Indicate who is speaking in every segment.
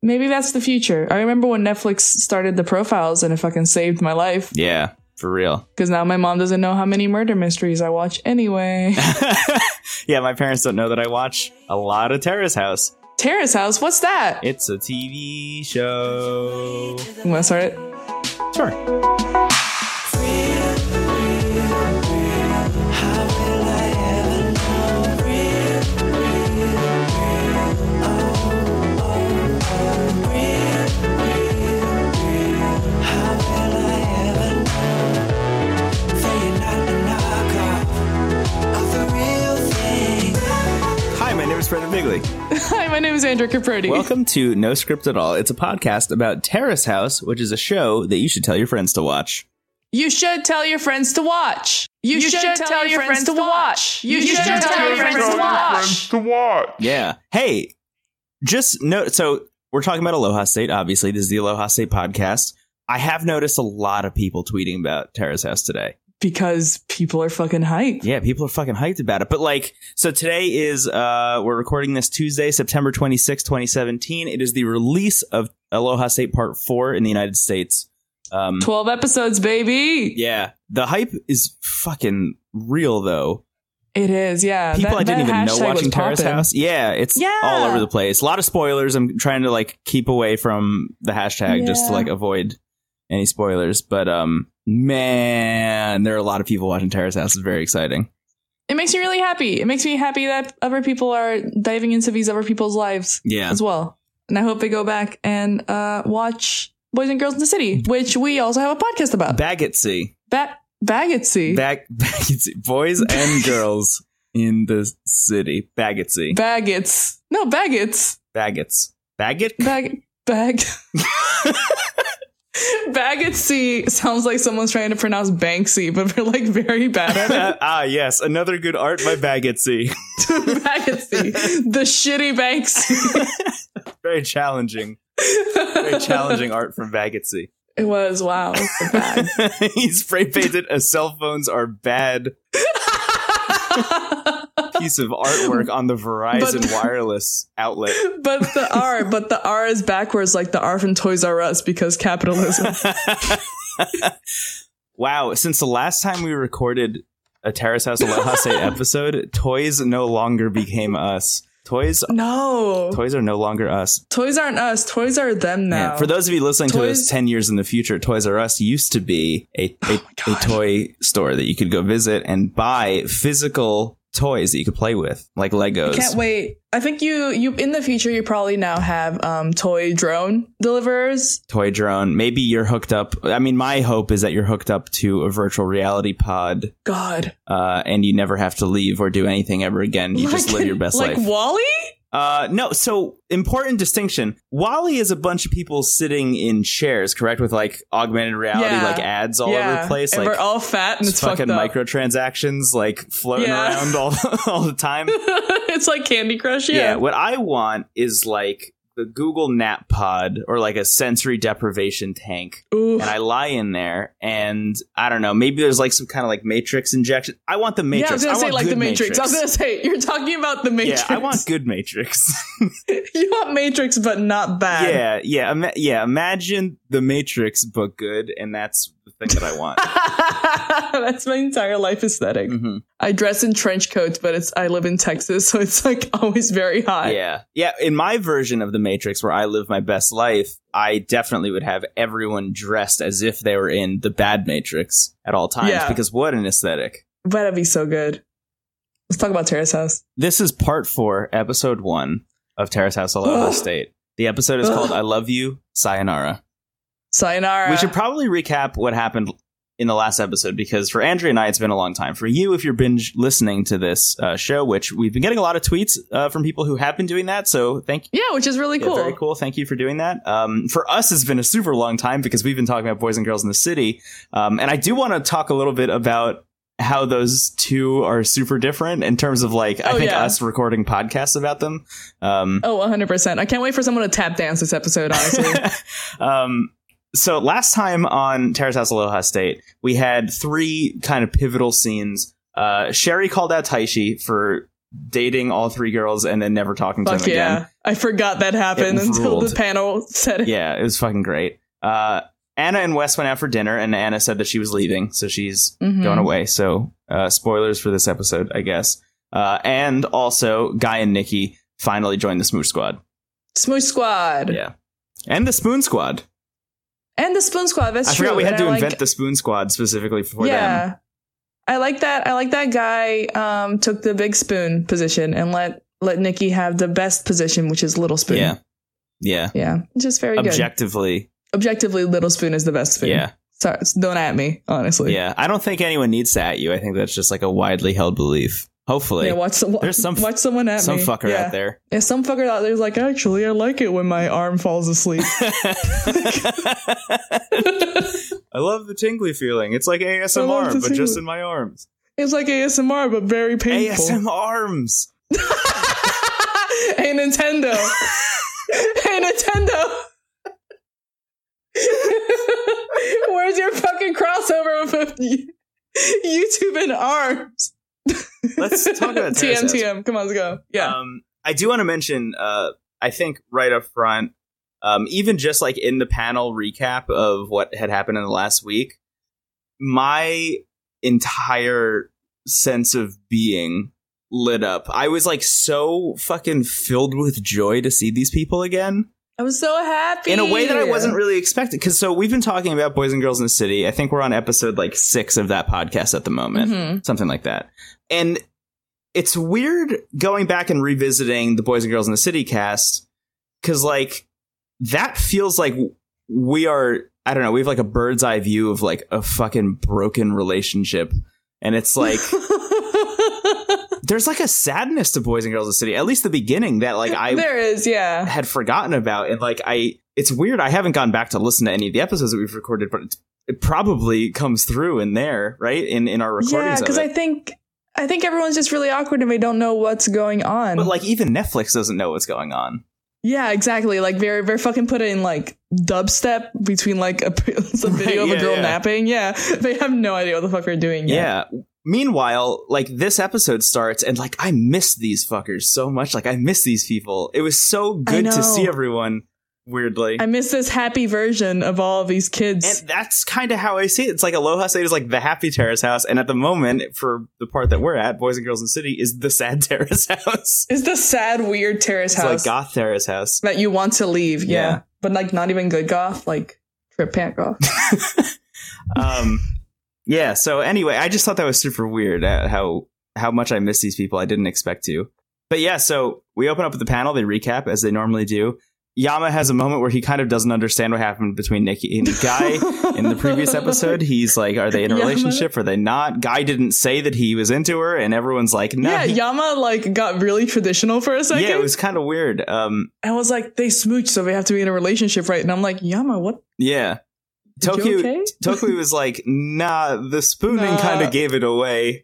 Speaker 1: Maybe that's the future. I remember when Netflix started the profiles and it fucking saved my life
Speaker 2: Yeah, for real.
Speaker 1: because now my mom doesn't know how many murder mysteries I watch anyway.
Speaker 2: yeah, my parents don't know that I watch a lot of Terrace House.
Speaker 1: Terrace House, what's that?
Speaker 2: It's a TV show.
Speaker 1: You want to start it?
Speaker 2: Sure. Hi, my name is Brendan Bigley.
Speaker 1: Hi, my name is Andrew Caprodi.
Speaker 2: Welcome to No Script at All. It's a podcast about Terrace House, which is a show that you should tell your friends to watch.
Speaker 1: You should tell your friends to watch. You, should, tell, your friends, to watch. You, should, tell your friends to watch.
Speaker 2: Yeah. Hey, just note. So we're talking about Aloha State. Obviously, this is the Aloha State podcast. I have noticed a lot of people tweeting about Tara's house today.
Speaker 1: Because people are fucking hyped.
Speaker 2: Yeah, people are fucking hyped about it. But like, so today is uh we're recording this Tuesday, September twenty sixth, 2017. It is the release of Aloha State Part 4 in the United States. Um
Speaker 1: 12 episodes, baby.
Speaker 2: yeah, the hype is fucking real though.
Speaker 1: It is, yeah.
Speaker 2: people
Speaker 1: Uh, That-
Speaker 2: I didn't
Speaker 1: that
Speaker 2: even know
Speaker 1: hashtag was
Speaker 2: watching Terrace
Speaker 1: poppin'.
Speaker 2: House. Yeah, it's
Speaker 1: Yeah.
Speaker 2: all over the place. A lot of spoilers. I'm trying to like keep away from the hashtag just to
Speaker 1: Yeah.
Speaker 2: like avoid any spoilers. But um, man, there are a lot of people watching Terrace House. It's very exciting.
Speaker 1: It makes me really happy. It makes me happy that other people are diving into these other people's lives
Speaker 2: Yeah,
Speaker 1: as well. And I hope they go back and uh, watch Boys and Girls in the City, which we also have a podcast about.
Speaker 2: Baggetsy,
Speaker 1: Ba- Baggetsy.
Speaker 2: back Baggetsy, boys and girls in the city. Baggetsy,
Speaker 1: Baggots. No, Baggots.
Speaker 2: Baggots, Baggot.
Speaker 1: Bag. Bag. Baggetsy sounds like someone's trying to pronounce Banksy, but they're like very bad at it.
Speaker 2: ah, yes, another good art by Baggetsy.
Speaker 1: Baggetsy. The shitty Banksy.
Speaker 2: very challenging, very challenging art from Baggetsy.
Speaker 1: It was, wow. Bad.
Speaker 2: he spray painted a cell phones are bad piece of artwork on the Verizon
Speaker 1: But-
Speaker 2: wireless outlet.
Speaker 1: but the R, but the R is backwards like the R from Toys R Us because capitalism.
Speaker 2: wow, since the last time we recorded a Terrace House Aloha Say episode, toys no longer became us. Toys
Speaker 1: No.
Speaker 2: toys are no longer us.
Speaker 1: toys aren't us, toys are them now.
Speaker 2: Man, for those of you listening to this
Speaker 1: Toys- Oh,
Speaker 2: 10 years in the future, Toys R Us used to be a, a, a
Speaker 1: God.
Speaker 2: toy store that you could go visit and buy physical toys that you could play with, like Legos.
Speaker 1: Can't wait. I think you you in the future you probably now have um toy drone deliverers.
Speaker 2: toy drone. Maybe you're hooked up. I mean, my hope is that you're hooked up to a virtual reality pod,
Speaker 1: God.
Speaker 2: uh, and you never have to leave or do anything ever again. You just live your best
Speaker 1: like
Speaker 2: life.
Speaker 1: Wally?
Speaker 2: uh, no. So important distinction. Wally is a bunch of people sitting in chairs, correct? With like augmented reality,
Speaker 1: Yeah.
Speaker 2: like ads all over the place,
Speaker 1: And
Speaker 2: like
Speaker 1: we're all fat and it's
Speaker 2: fucking
Speaker 1: fucked up.
Speaker 2: microtransactions, like floating
Speaker 1: Yeah.
Speaker 2: around all all the time.
Speaker 1: it's like Candy Crush,
Speaker 2: yeah.
Speaker 1: yeah.
Speaker 2: what i want is like the google nap pod or like a sensory deprivation tank
Speaker 1: Ooh.
Speaker 2: and i lie in there and i don't know maybe there's like some kind of like matrix injection i want the matrix
Speaker 1: Yeah, I was gonna say
Speaker 2: want
Speaker 1: like the
Speaker 2: good
Speaker 1: Matrix. I was gonna say you're talking about the Matrix.
Speaker 2: yeah i want good matrix
Speaker 1: you want Matrix, but not bad.
Speaker 2: yeah yeah ima- yeah imagine the matrix but good and that's the thing that i want
Speaker 1: That's my entire life aesthetic.
Speaker 2: Mhm.
Speaker 1: I dress in trench coats, but it's I live in Texas, so it's like always very hot.
Speaker 2: yeah yeah in my version of the matrix where i live my best life i definitely would have everyone dressed as if they were in the bad matrix at all times
Speaker 1: Yeah.
Speaker 2: because what an aesthetic
Speaker 1: But that'd be so good. Let's talk about Terrace House.
Speaker 2: This is part four, episode one of Terrace House Aloha State. The episode is called I Love You, Sayonara.
Speaker 1: Sayonara.
Speaker 2: We should probably recap what happened in the last episode because for Andrea and I, it's been a long time. For you, if you're binge listening to this uh, show, which we've been getting a lot of tweets uh, from people who have been doing that, so thank you.
Speaker 1: yeah, which is really
Speaker 2: Yeah,
Speaker 1: cool.
Speaker 2: very cool. Thank you for doing that. Um, for us, it's been a super long time because we've been talking about boys and girls in the city. Um, and I do want to talk a little bit about how those two are super different in terms of like, I
Speaker 1: Oh,
Speaker 2: think
Speaker 1: yeah.
Speaker 2: us recording podcasts about them. Um,
Speaker 1: Oh, 100%. I can't wait for someone to tap dance this episode, honestly.
Speaker 2: um, so last time on Terrace House Aloha State, we had three kind of pivotal scenes. Uh, Sherry called out Taishi for dating all three girls and then never talking to
Speaker 1: Fuck
Speaker 2: them
Speaker 1: yeah.
Speaker 2: again.
Speaker 1: I forgot that happened
Speaker 2: It
Speaker 1: until the
Speaker 2: ruled.
Speaker 1: panel said it.
Speaker 2: Yeah, it was fucking great. Uh, Anna and Wes went out for dinner, and Anna said that she was leaving, so she's
Speaker 1: Mhm.
Speaker 2: going away. So, uh, spoilers for this episode, I guess. Uh, and also, Guy and Nikki finally joined the Smooch Squad.
Speaker 1: Smooch Squad.
Speaker 2: Yeah. And the Spoon Squad.
Speaker 1: And the Spoon Squad. That's
Speaker 2: I
Speaker 1: true.
Speaker 2: forgot we had
Speaker 1: and
Speaker 2: to
Speaker 1: I like-
Speaker 2: invent the Spoon Squad specifically for
Speaker 1: yeah.
Speaker 2: them.
Speaker 1: I like that. I like that guy um, took the big spoon position and let let Nikki have the best position, which is little spoon.
Speaker 2: Yeah. Yeah.
Speaker 1: yeah, just very good.
Speaker 2: Objectively.
Speaker 1: Objectively, little spoon is the best spoon.
Speaker 2: Yeah.
Speaker 1: so don't at me, honestly.
Speaker 2: Yeah. I don't think anyone needs to at you. I think that's just like a widely held belief. Hopefully.
Speaker 1: yeah. Watch some,
Speaker 2: There's some f-
Speaker 1: watch someone at
Speaker 2: Some
Speaker 1: me.
Speaker 2: fucker
Speaker 1: yeah.
Speaker 2: out there.
Speaker 1: Yeah, some fucker out there's like, actually, I like it when my arm falls asleep.
Speaker 2: I love the tingly feeling. It's like
Speaker 1: love the
Speaker 2: ASMR, but just
Speaker 1: tingly-
Speaker 2: in my arms.
Speaker 1: It's like ASMR, but very painful.
Speaker 2: ASM arms.
Speaker 1: hey Nintendo. hey Nintendo. Where's your fucking crossover with YouTube and arms?
Speaker 2: Let's talk about
Speaker 1: TM
Speaker 2: Terrace House.
Speaker 1: TM. Come on, let's go. Yeah.
Speaker 2: Um, I do want to mention, uh, I think right up front, um, even just like in the panel recap of what had happened in the last week, my entire sense of being lit up. I was like so fucking filled with joy to see these people again.
Speaker 1: I was so happy.
Speaker 2: in a way that I wasn't really expecting. Because so we've been talking about boys and girls in the city. I think we're on episode like six of that podcast at the moment,
Speaker 1: Mhm.
Speaker 2: something like that. And it's weird going back and revisiting the boys and girls in the city cast because like that feels like we are. I don't know. We have like a bird's eye view of like a fucking broken relationship. And it's like there's like a sadness to boys and girls in the city, at least the beginning that like I
Speaker 1: there is, yeah.
Speaker 2: had forgotten about and like i it's weird i haven't gone back to listen to any of the episodes that we've recorded but it's, it probably comes through in there right in in our recordings
Speaker 1: Yeah,
Speaker 2: of
Speaker 1: because
Speaker 2: it.
Speaker 1: I think I think everyone's just really awkward and we don't know what's going on.
Speaker 2: but like even netflix doesn't know what's going on
Speaker 1: Yeah, exactly. Like very, very fucking put it in like dubstep between like a, some video of
Speaker 2: Right,
Speaker 1: a
Speaker 2: yeah,
Speaker 1: girl
Speaker 2: yeah.
Speaker 1: napping. Yeah, they have no idea what the fuck they're doing. Yet.
Speaker 2: yeah. meanwhile like this episode starts and like i miss these fuckers so much like i miss these people it was so good
Speaker 1: know.
Speaker 2: to see everyone weirdly
Speaker 1: I miss this happy version of all of these kids.
Speaker 2: and that's kind of how I see it. It's like Aloha State is like the happy terrace house, and at the moment, for the part that we're at, Boys and Girls in the City is the sad terrace house.
Speaker 1: it's the sad, weird terrace
Speaker 2: It's like
Speaker 1: house
Speaker 2: goth terrace house.
Speaker 1: that you want to leave. Yeah.
Speaker 2: Yeah.
Speaker 1: but like not even good goth, like trip pant goth.
Speaker 2: um yeah so anyway i just thought that was super weird uh, how how much i miss these people i didn't expect to but yeah so we open up with the panel they recap as they normally do yama has a moment where he kind of doesn't understand what happened between nikki and guy in the previous episode he's like are they in a
Speaker 1: Yama.
Speaker 2: relationship are they not guy didn't say that he was into her and everyone's like no
Speaker 1: yeah,
Speaker 2: he-
Speaker 1: Yama like got really traditional for a second.
Speaker 2: yeah it was kind of weird um
Speaker 1: I was like, they smooch, so they have to be in a relationship, right? And I'm like, Yama, what?
Speaker 2: yeah
Speaker 1: you
Speaker 2: Tokyo
Speaker 1: okay?
Speaker 2: Tokyo was like, nah, the spooning
Speaker 1: Nah.
Speaker 2: kind of gave it away.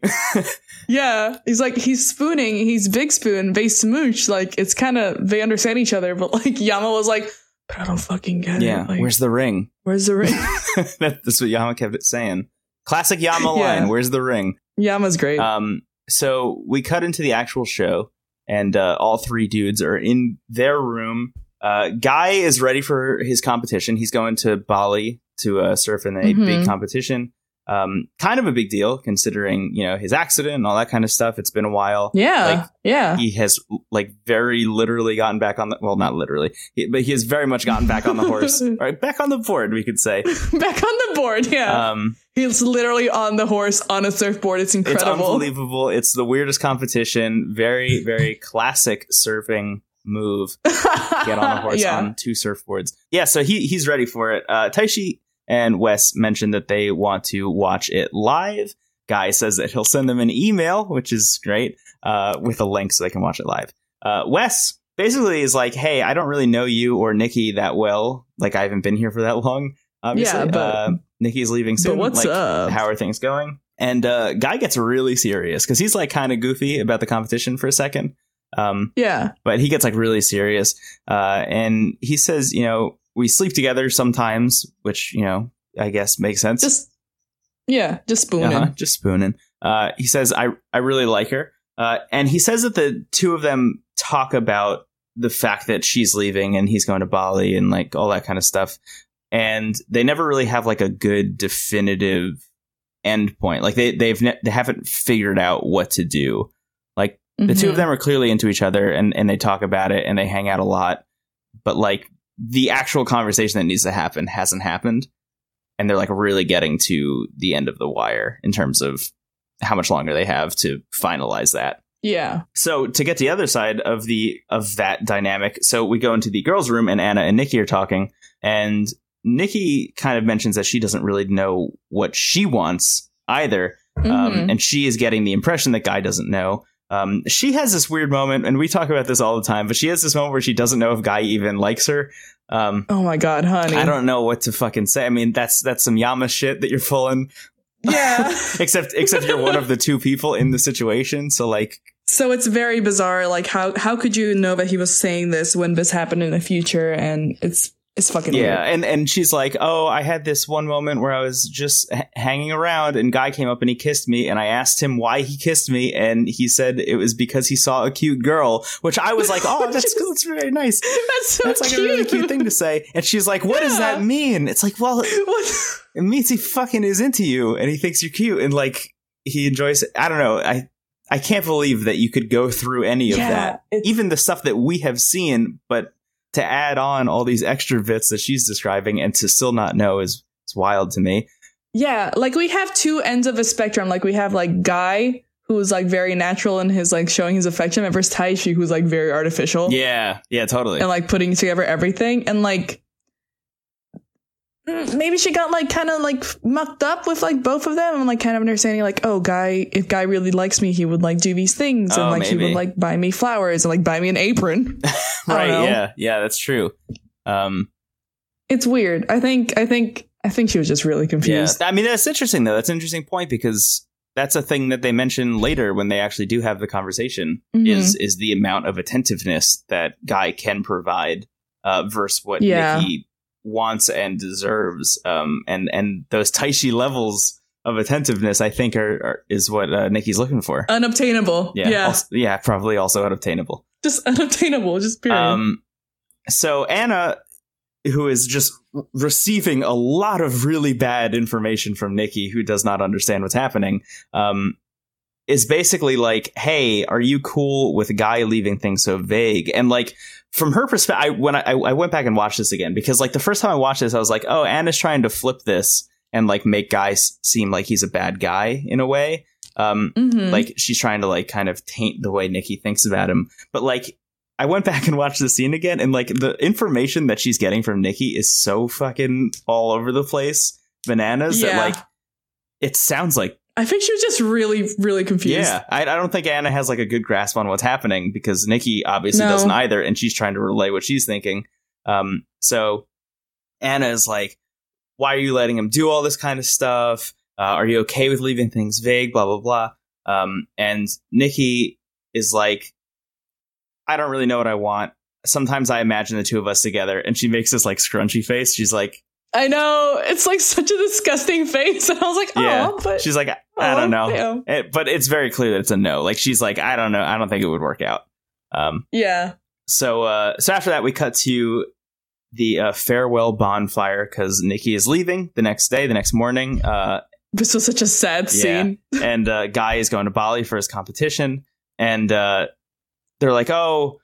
Speaker 1: Yeah, he's like he's spooning. He's big spoon. They smooch. Like it's kind of they understand each other. But like Yama was like, but I don't fucking get
Speaker 2: yeah,
Speaker 1: it. Like,
Speaker 2: where's the ring?
Speaker 1: where's the ring?
Speaker 2: That- That's what Yama kept saying. Classic Yama
Speaker 1: Yeah.
Speaker 2: line. Where's the ring?
Speaker 1: Yama's great.
Speaker 2: Um, so we cut into the actual show, and uh, all three dudes are in their room. Uh, Guy is ready for his competition. He's going to Bali to uh, surf in a
Speaker 1: Mhm.
Speaker 2: big competition. Um, kind of a big deal considering you know his accident and all that kind of stuff. It's been a while.
Speaker 1: yeah,
Speaker 2: like,
Speaker 1: yeah.
Speaker 2: He has like very literally gotten back on the well, not literally, he- but he has very much gotten back on the horse, All right, back on the board, we could say.
Speaker 1: Back on the board. Yeah,
Speaker 2: Um,
Speaker 1: he's literally on the horse on a surfboard. It's
Speaker 2: It's
Speaker 1: incredible.
Speaker 2: unbelievable. It's the weirdest competition. Very, very classic surfing move. Get on a horse
Speaker 1: yeah.
Speaker 2: on two surfboards. Yeah, so he he's ready for it. Uh, Taishi and Wes mentioned that they want to watch it live. Guy says that he'll send them an email, which is great, uh, with a link so they can watch it live. Uh, Wes basically is like, "Hey, I don't really know you or Nikki that well. Like, I haven't been here for that long. Obviously,
Speaker 1: Yeah, but-
Speaker 2: uh, Nikki's leaving soon.
Speaker 1: But what's
Speaker 2: Like,
Speaker 1: up?
Speaker 2: how are things going? And uh, guy gets really serious because he's like kind of goofy about the competition for a second, um,
Speaker 1: yeah,
Speaker 2: but he gets like really serious, uh, and he says, you know, we sleep together sometimes, which you know, I guess makes sense.
Speaker 1: just yeah, just spooning.
Speaker 2: Uh-huh, just spooning. Uh, he says, I I really like her. Uh, and he says that the two of them talk about the fact that she's leaving and he's going to Bali and like all that kind of stuff. And they never really have like a good definitive endpoint. Like they they've ne- they haven't figured out what to do. Like the two
Speaker 1: Mm-hmm.
Speaker 2: of them are clearly into each other and, and they talk about it and they hang out a lot but like the actual conversation that needs to happen hasn't happened and they're like really getting to the end of the wire in terms of how much longer they have to finalize that
Speaker 1: Yeah.
Speaker 2: so to get to the other side of the of that dynamic, so we go into the girls' room and Anna and Nikki are talking, and Nikki kind of mentions that she doesn't really know what she wants either, um,
Speaker 1: Mhm.
Speaker 2: and she is getting the impression that Guy doesn't know. Um, she has this weird moment, and we talk about this all the time, but she has this moment where she doesn't know if Guy even likes her. Um,
Speaker 1: Oh my god, honey.
Speaker 2: I don't know what to fucking say. I mean, that's that's some Yama shit that you're pulling.
Speaker 1: Yeah.
Speaker 2: Except except you're one of the two people in the situation, so like
Speaker 1: so it's very bizarre. Like how how could you know that he was saying this when this happened in the future? And it's it's fucking
Speaker 2: yeah
Speaker 1: Weird.
Speaker 2: and and she's like oh i had this one moment where i was just h- hanging around and guy came up and he kissed me and i asked him why he kissed me and he said it was because he saw a cute girl which i was like oh that's cool that's very nice
Speaker 1: That's so
Speaker 2: that's like
Speaker 1: cute.
Speaker 2: a really cute thing to say and she's like what does
Speaker 1: Yeah.
Speaker 2: that mean it's like well
Speaker 1: What?
Speaker 2: it means he fucking is into you and he thinks you're cute and like he enjoys it i don't know i i can't believe that you could go through any of that
Speaker 1: it's-
Speaker 2: even the stuff that we have seen, but to add on all these extra bits that she's describing and to still not know is it's wild to me.
Speaker 1: Yeah, like we have two ends of a spectrum. Like we have like Guy, who's like very natural in his like showing his affection, and versus Taishi, who's like very artificial
Speaker 2: Yeah, yeah, totally.
Speaker 1: and like putting together everything. And like mm, maybe she got like kind of like mucked up with like both of them and like kind of understanding like, oh, Guy, if Guy really likes me, he would like do these things
Speaker 2: Oh,
Speaker 1: and like he
Speaker 2: maybe.
Speaker 1: would like buy me flowers and like buy me an apron. I don't
Speaker 2: right?
Speaker 1: know.
Speaker 2: Yeah, yeah, that's true. Um,
Speaker 1: It's weird. I think, I think, I think she was just really
Speaker 2: yeah,
Speaker 1: confused.
Speaker 2: I mean that's interesting though. That's an interesting point because that's a thing that they mention later when they actually do have the conversation.
Speaker 1: Mhm.
Speaker 2: Is is the amount of attentiveness that guy can provide uh, versus what
Speaker 1: Yeah.
Speaker 2: Nikki wants and deserves. Um, and and those Taishi levels of attentiveness, I think, are, are is what uh, Nikki's looking for.
Speaker 1: Unobtainable.
Speaker 2: yeah,
Speaker 1: Oh, Yeah.
Speaker 2: Also- yeah, probably also unobtainable.
Speaker 1: Just unobtainable. Just period.
Speaker 2: Um, so Anna, who is just receiving a lot of really bad information from Nikki, who does not understand what's happening, um, is basically like, "Hey, are you cool with a guy leaving things so vague?" And like from her perspective, I when I, I I went back and watched this again because like the first time I watched this, I was like, "Oh, Anna's trying to flip this and like make guys seem like he's a bad guy in a way." Um,
Speaker 1: Mhm.
Speaker 2: like she's trying to like kind of taint the way Nikki thinks about him. But like I went back and watched the scene again and like the information that she's getting from Nikki is so fucking all over the place. Bananas that
Speaker 1: Yeah.
Speaker 2: like it sounds like
Speaker 1: I think she was just really, really confused.
Speaker 2: yeah. I, I don't think Anna has like a good grasp on what's happening because Nikki obviously
Speaker 1: No.
Speaker 2: doesn't either, and she's trying to relay what she's thinking. Um, so Anna is like, "Why are you letting him do all this kind of stuff? Uh, are you okay with leaving things vague?" Blah blah blah. Um, and Nikki is like, "I don't really know what I want." Sometimes I imagine the two of us together, and she makes this like scrunchy face. She's like,
Speaker 1: I know. It's like such a disgusting face. And I was like, oh,
Speaker 2: Yeah.
Speaker 1: but
Speaker 2: she's like, I, I don't
Speaker 1: aw,
Speaker 2: know.
Speaker 1: yeah.
Speaker 2: It- but it's very clear that it's a no. Like she's like, I don't know. I don't think it would work out. Um,
Speaker 1: Yeah.
Speaker 2: so uh, so after that we cut to the uh, farewell bonfire because Nikki is leaving the next day, the next morning, uh,
Speaker 1: This was such a sad
Speaker 2: Yeah.
Speaker 1: scene.
Speaker 2: and uh, Guy is going to Bali for his competition, and uh, they're like, "Oh,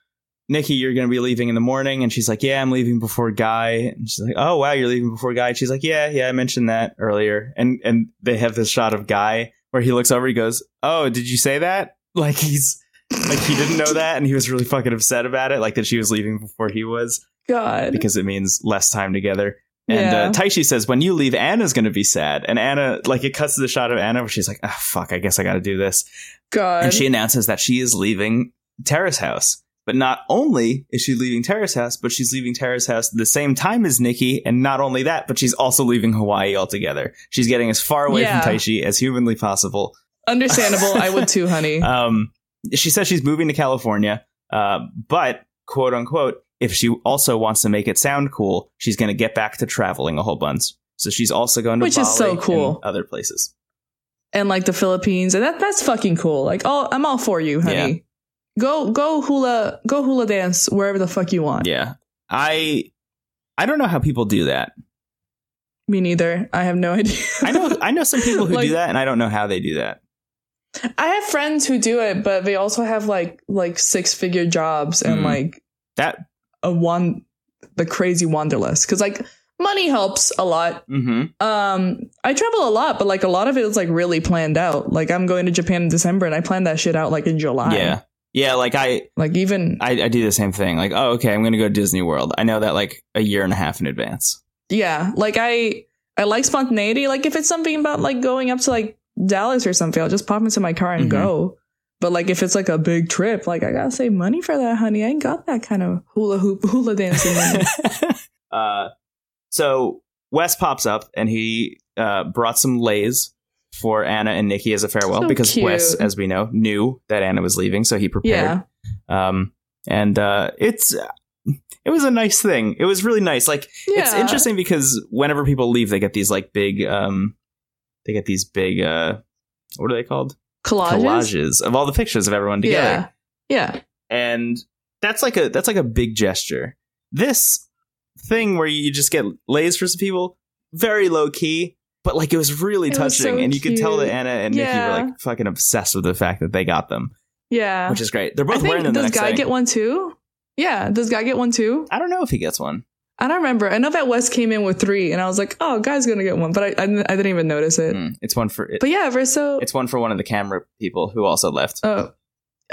Speaker 2: Nikki, you're going to be leaving in the morning," and she's like, "Yeah, I'm leaving before Guy," and she's like, "Oh wow, you're leaving before Guy," and she's like, "Yeah, yeah, I mentioned that earlier," and and they have this shot of Guy where he looks over, he goes, "Oh, did you say that?" Like he's like he didn't know that, and he was really fucking upset about it, like that she was leaving before he was
Speaker 1: God.
Speaker 2: because it means less time together. And
Speaker 1: yeah.
Speaker 2: uh, Taishi says, when you leave, Anna's going to be sad. And Anna, like, it cuts to the shot of Anna where she's like, ah, fuck, I guess I got to do this.
Speaker 1: God.
Speaker 2: And she announces that she is leaving Terrace House. But not only is she leaving Terrace House, but she's leaving Terrace House at the same time as Nikki. And not only that, but she's also leaving Hawaii altogether. She's getting as far away
Speaker 1: Yeah.
Speaker 2: from Taishi as humanly possible.
Speaker 1: Understandable. I would too, honey.
Speaker 2: Um, she says she's moving to California, uh, but quote unquote, if she also wants to make it sound cool, she's going to get back to traveling a whole bunch. So she's also going to
Speaker 1: Which is
Speaker 2: Bali
Speaker 1: so cool.
Speaker 2: and other places.
Speaker 1: and like the Philippines, and that that's fucking cool. Like, all I'm all for you, honey. Go go hula go hula dance wherever the fuck you want.
Speaker 2: Yeah. I I don't know how people do that.
Speaker 1: Me neither. I have no idea.
Speaker 2: I know I know some people who
Speaker 1: Like-
Speaker 2: do that and I don't know how they do that.
Speaker 1: I have friends who do it, but they also have like like six figure jobs and
Speaker 2: Mm.
Speaker 1: like
Speaker 2: That
Speaker 1: a one the crazy wanderlust because like money helps a lot.
Speaker 2: mhm.
Speaker 1: Um, I travel a lot, but like a lot of it is like really planned out. Like I'm going to Japan in December, and I planned that shit out like in July.
Speaker 2: Yeah. Yeah, like I,
Speaker 1: like even
Speaker 2: I I do the same thing. Like, oh okay, I'm going to go to Disney World. I know that like a year and a half in advance.
Speaker 1: yeah like i i like spontaneity like if it's something about like going up to like dallas or something i'll just pop into my car and
Speaker 2: Mhm.
Speaker 1: go but like if it's like a big trip like i gotta save money for that honey i ain't got that kind of hula hoop hula dancing money.
Speaker 2: uh so Wes pops up and he uh brought some lays for Anna and Nikki as a farewell
Speaker 1: So
Speaker 2: because
Speaker 1: cute.
Speaker 2: Wes as we know knew that Anna was leaving, so he prepared.
Speaker 1: yeah
Speaker 2: um and uh it's it was a nice thing it was really nice like
Speaker 1: yeah
Speaker 2: it's interesting because whenever people leave they get these like big um they get these big uh what are they called
Speaker 1: collages,
Speaker 2: of all the pictures of everyone
Speaker 1: yeah
Speaker 2: together
Speaker 1: yeah
Speaker 2: and that's like a that's like a big gesture this thing where you just get lays for some people very low key but like it was really
Speaker 1: It was
Speaker 2: touching
Speaker 1: so
Speaker 2: and you could tell that
Speaker 1: cute.
Speaker 2: anna and nikki
Speaker 1: Yeah.
Speaker 2: were like fucking obsessed with the fact that they got them
Speaker 1: yeah
Speaker 2: which is great they're both
Speaker 1: i think
Speaker 2: wearing them the
Speaker 1: does
Speaker 2: next
Speaker 1: guy
Speaker 2: day.
Speaker 1: get one too yeah does guy get one too
Speaker 2: i don't know if he gets one
Speaker 1: i don't remember i know that wes came in with three and i was like oh guy's gonna get one but i, I, didn't- I didn't even notice it
Speaker 2: Mm, It's one for it,
Speaker 1: but yeah we're so
Speaker 2: it's one for one of the camera people who also left.
Speaker 1: Oh,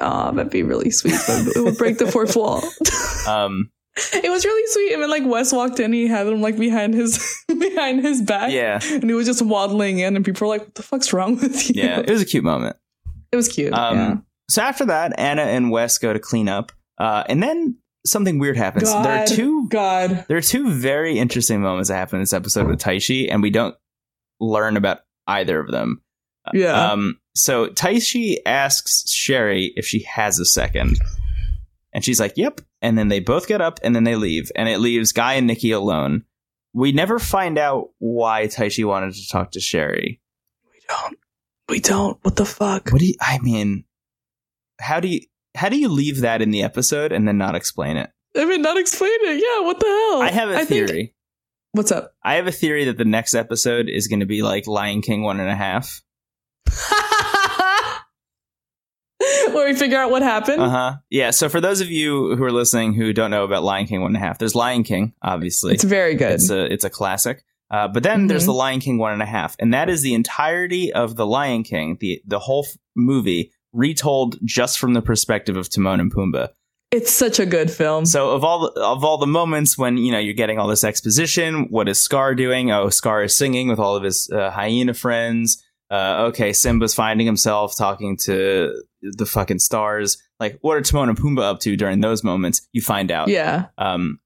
Speaker 1: oh, that'd be really sweet. But it would break the fourth wall.
Speaker 2: Um,
Speaker 1: it was really sweet. And then like Wes walked in, he had him like behind his behind his back.
Speaker 2: yeah,
Speaker 1: And he was just waddling in, and people were like, "What the fuck's wrong with you?"
Speaker 2: yeah, it was a cute moment.
Speaker 1: it was cute.
Speaker 2: Um,
Speaker 1: yeah.
Speaker 2: So after that, Anna and Wes go to clean up, uh, and then something weird happens.
Speaker 1: God,
Speaker 2: There are two
Speaker 1: God,
Speaker 2: there are two very interesting moments that happen in this episode with Taishi, and we don't learn about either of them.
Speaker 1: yeah,
Speaker 2: Um, so Taishi asks Sherry if she has a second. And she's like, yep. And then they both get up and then they leave. And it leaves Guy and Nikki alone. We never find out why Taishi wanted to talk to Sherry.
Speaker 1: we don't, we don't. What the fuck?
Speaker 2: What do you, I mean, how do you, how do you leave that in the episode and then not explain it?
Speaker 1: I mean, not explain it. Yeah, what the hell?
Speaker 2: I have a
Speaker 1: a
Speaker 2: theory.
Speaker 1: what's up?
Speaker 2: I have a theory that the next episode is going to be like Lion King one and a half.
Speaker 1: Where we figure out what happened.
Speaker 2: Uh huh. Yeah. So for those of you who are listening who don't know about Lion King one and a half, there's Lion King, obviously.
Speaker 1: It's very good.
Speaker 2: It's a it's a classic. Uh, but then there's
Speaker 1: Mhm.
Speaker 2: the Lion King one and a half, and that is the entirety of the Lion King, the the whole f- movie retold just from the perspective of Timon and Pumbaa.
Speaker 1: it's such a good film.
Speaker 2: So of all the, of all the moments when you know you're getting all this exposition, what is Scar doing? Oh, Scar is singing with all of his uh, hyena friends. Uh, okay, Simba's finding himself talking to the fucking stars. Like, what are Timon and Pumbaa up to during those moments? You find out.
Speaker 1: yeah.
Speaker 2: Um,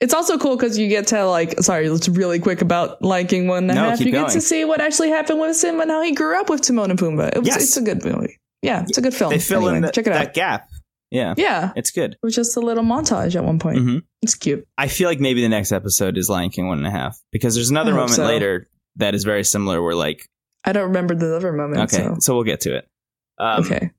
Speaker 1: It's also cool because you get to like. Sorry, let's really quick about liking one and a
Speaker 2: No,
Speaker 1: half.
Speaker 2: keep
Speaker 1: You get
Speaker 2: going.
Speaker 1: to see what actually happened with Simba and how he grew up with Timon and Pumbaa. It was,
Speaker 2: Yes.
Speaker 1: it's a good movie. Yeah, it's a good film.
Speaker 2: they fill in
Speaker 1: Oh, Anyway,
Speaker 2: the,
Speaker 1: check it
Speaker 2: that
Speaker 1: out.
Speaker 2: gap. Yeah,
Speaker 1: Yeah, it
Speaker 2: it's good.
Speaker 1: was just a little montage at one point.
Speaker 2: Mhm.
Speaker 1: It's cute.
Speaker 2: I feel like maybe the next episode is Lion King one and a half because there's another
Speaker 1: I hope
Speaker 2: moment
Speaker 1: so.
Speaker 2: later that is very similar. Where like,
Speaker 1: I don't remember the other moment.
Speaker 2: okay, so,
Speaker 1: so-
Speaker 2: we'll get to it. Um,
Speaker 1: okay.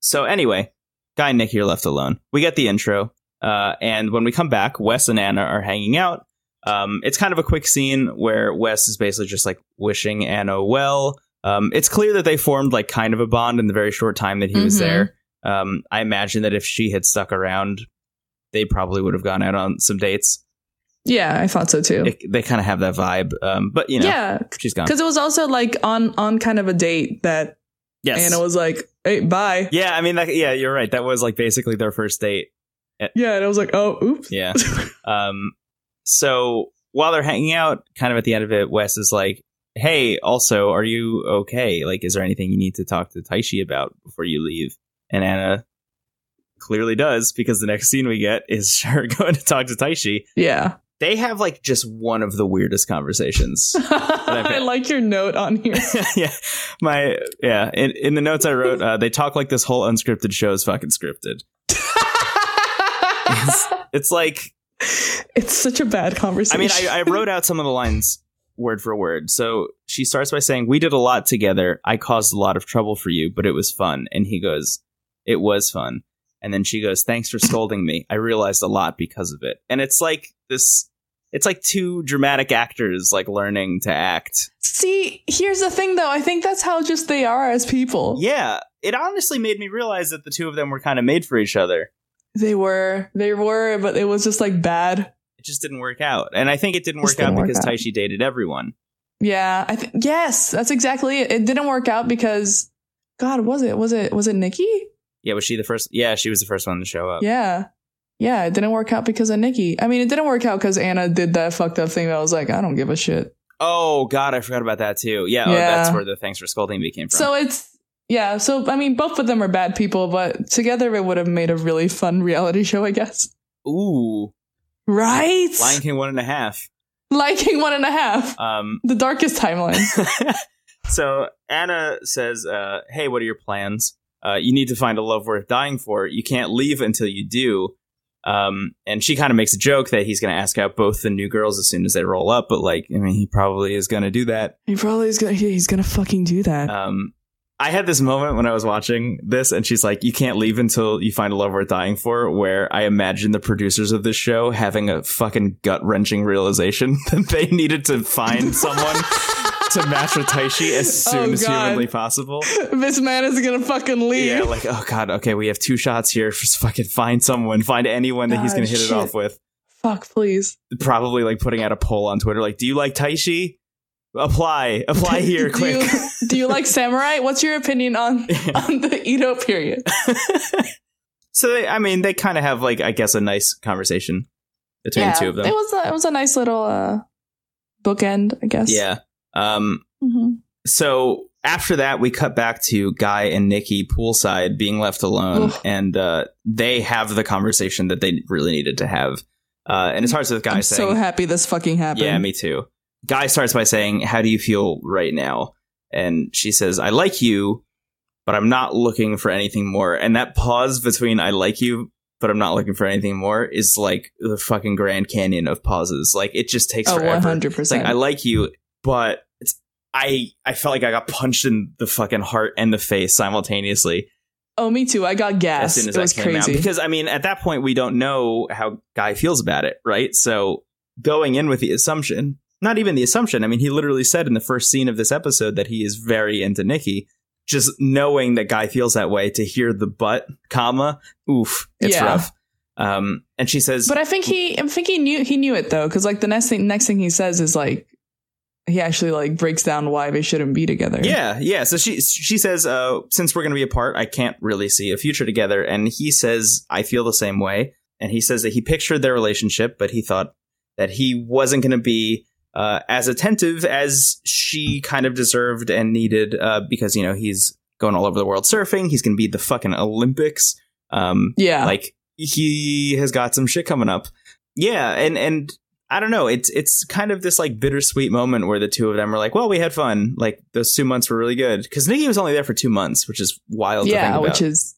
Speaker 2: So anyway, Guy and Nick are left alone. We get the intro, uh, and when we come back, Wes and Anna are hanging out. Um, it's kind of a quick scene where Wes is basically just like wishing Anna well. Um, it's clear that they formed like kind of a bond in the very short time that he was
Speaker 1: Mhm.
Speaker 2: there. Um, I imagine that if she had stuck around, they probably would have gone out on some dates.
Speaker 1: Yeah, I thought so too.
Speaker 2: It- they kind of have that vibe, um, but you know, um,
Speaker 1: yeah,
Speaker 2: she's gone.
Speaker 1: because it was also like on on kind of a date that
Speaker 2: Yes.
Speaker 1: Anna was like, "Hey, bye." Yeah,
Speaker 2: yeah, I mean, that, yeah, you're right. That was like basically their first date.
Speaker 1: and I was like, "Oh, oops."
Speaker 2: Yeah. Um, so while they're hanging out, kind of at the end of it, Wes is like, "Hey, also, are you okay? Like, is there anything you need to talk to Taishi about before you leave?" And Anna clearly does because the next scene we get is her going to talk to Taishi.
Speaker 1: yeah.
Speaker 2: They have like just one of the weirdest conversations.
Speaker 1: I like your note on here.
Speaker 2: yeah, my yeah. In, in the notes I wrote, uh, they talk like this whole unscripted show is fucking scripted. It's like
Speaker 1: it's such a bad
Speaker 2: I mean,
Speaker 1: conversation.
Speaker 2: I, I wrote out some of the lines word for word. So she starts by saying, "We did a lot together. I caused a lot of trouble for you, but it was fun." And he goes, "It was fun." And then she goes, "Thanks for scolding me. I realized a lot because of it." And it's like this it's like two dramatic actors like learning to act.
Speaker 1: See, here's the thing though. I think that's how just they are as people.
Speaker 2: Yeah, it honestly made me realize that the two of them were kind of made for each other.
Speaker 1: They were. They were, but it was just like bad.
Speaker 2: It just didn't work out. And I think it didn't
Speaker 1: Just
Speaker 2: work
Speaker 1: didn't
Speaker 2: out
Speaker 1: work
Speaker 2: because
Speaker 1: out.
Speaker 2: Taishi dated everyone.
Speaker 1: Yeah, I think yes, that's exactly it. It didn't work out because God, was it? Was it was it Nikki?
Speaker 2: Yeah, was she the first? Yeah, she was the first one to show up.
Speaker 1: Yeah. Yeah, it didn't work out because of Nikki. I mean, it didn't work out because Anna did that fucked up thing that I was like, I don't give a shit.
Speaker 2: Oh god, I forgot about that too. Yeah, Oh,
Speaker 1: Yeah.
Speaker 2: that's where the thanks for scolding me came from.
Speaker 1: So it's yeah, so I mean both of them are bad people, but together it would have made a really fun reality show, I guess.
Speaker 2: Ooh,
Speaker 1: Right?
Speaker 2: Lion King one and a half.
Speaker 1: Liking one and a half.
Speaker 2: Um,
Speaker 1: The darkest timeline.
Speaker 2: so Anna says, uh, "Hey, what are your plans? Uh, you need to find a love worth dying for. You can't leave until you do." Um, and she kind of makes a joke that he's going to ask out both the new girls as soon as they roll up. But like, I mean, he probably is going to do that.
Speaker 1: he probably is gonna he's gonna fucking do that.
Speaker 2: Um, I had this moment when I was watching this, and she's like, "You can't leave until you find a love worth dying for." Where I imagine the producers of this show having a fucking gut wrenching realization that they needed to find someone to match with Taishi as
Speaker 1: Oh,
Speaker 2: soon as
Speaker 1: God.
Speaker 2: humanly possible.
Speaker 1: this man is gonna fucking leave.
Speaker 2: Yeah, like oh god, okay, we have two shots here. Just fucking find someone, find anyone that he's
Speaker 1: God,
Speaker 2: gonna hit
Speaker 1: shit.
Speaker 2: it off with.
Speaker 1: Fuck, please.
Speaker 2: Probably like putting out a poll on Twitter, like, "Do you like Taishi? Apply, apply here,
Speaker 1: do
Speaker 2: quick."
Speaker 1: You, do you like samurai? What's your opinion on on the Edo period?
Speaker 2: So they, I mean, they kind of have like I guess a nice conversation between the two of
Speaker 1: It
Speaker 2: them.
Speaker 1: was a, it was a nice little uh, bookend, I guess.
Speaker 2: Yeah. Um.
Speaker 1: Mhm.
Speaker 2: So after that, we cut back to Guy and Nikki poolside being left alone,
Speaker 1: Ugh.
Speaker 2: and uh, they have the conversation that they really needed to have. Uh, and it starts with Guy
Speaker 1: I'm
Speaker 2: saying,
Speaker 1: so happy this fucking happened.
Speaker 2: Yeah, me too. Guy starts by saying, How do you feel right now? And she says, I like you, but I'm not looking for anything more. And that pause between I like you, but I'm not looking for anything more is like the fucking Grand Canyon of pauses. Like it just takes
Speaker 1: Oh,
Speaker 2: forever.
Speaker 1: 100%.
Speaker 2: It's like I like you, but it's I I felt like I got punched in the fucking heart and the face simultaneously
Speaker 1: oh, me too. I got gas.
Speaker 2: as soon
Speaker 1: it
Speaker 2: as that
Speaker 1: was
Speaker 2: came
Speaker 1: crazy.
Speaker 2: out. Because I mean, at that point, we don't know how Guy feels about it, right? So going in with the assumption, not even the assumption. I mean, he literally said in the first scene of this episode that he is very into Nikki. Just knowing that Guy feels that way to hear the but, comma, oof, it's
Speaker 1: Yeah.
Speaker 2: rough. Um, and she says,
Speaker 1: but I think he, I think he knew he knew it though, because like the next thing next thing he says is like he actually like breaks down why they shouldn't be together.
Speaker 2: Yeah, yeah. So she she says, uh, since we're going to be apart, I can't really see a future together. And he says, I feel the same way. And he says that he pictured their relationship, but he thought that he wasn't going to be uh, as attentive as she kind of deserved and needed uh, because you know he's going all over the world surfing. He's going to be at the fucking Olympics. Um,
Speaker 1: yeah.
Speaker 2: like he has got some shit coming up yeah and and i don't know it's it's kind of this like bittersweet moment where the two of them are like well we had fun like those two months were really good because nikki was only there for two months which is wild to think
Speaker 1: yeah,
Speaker 2: about.
Speaker 1: which is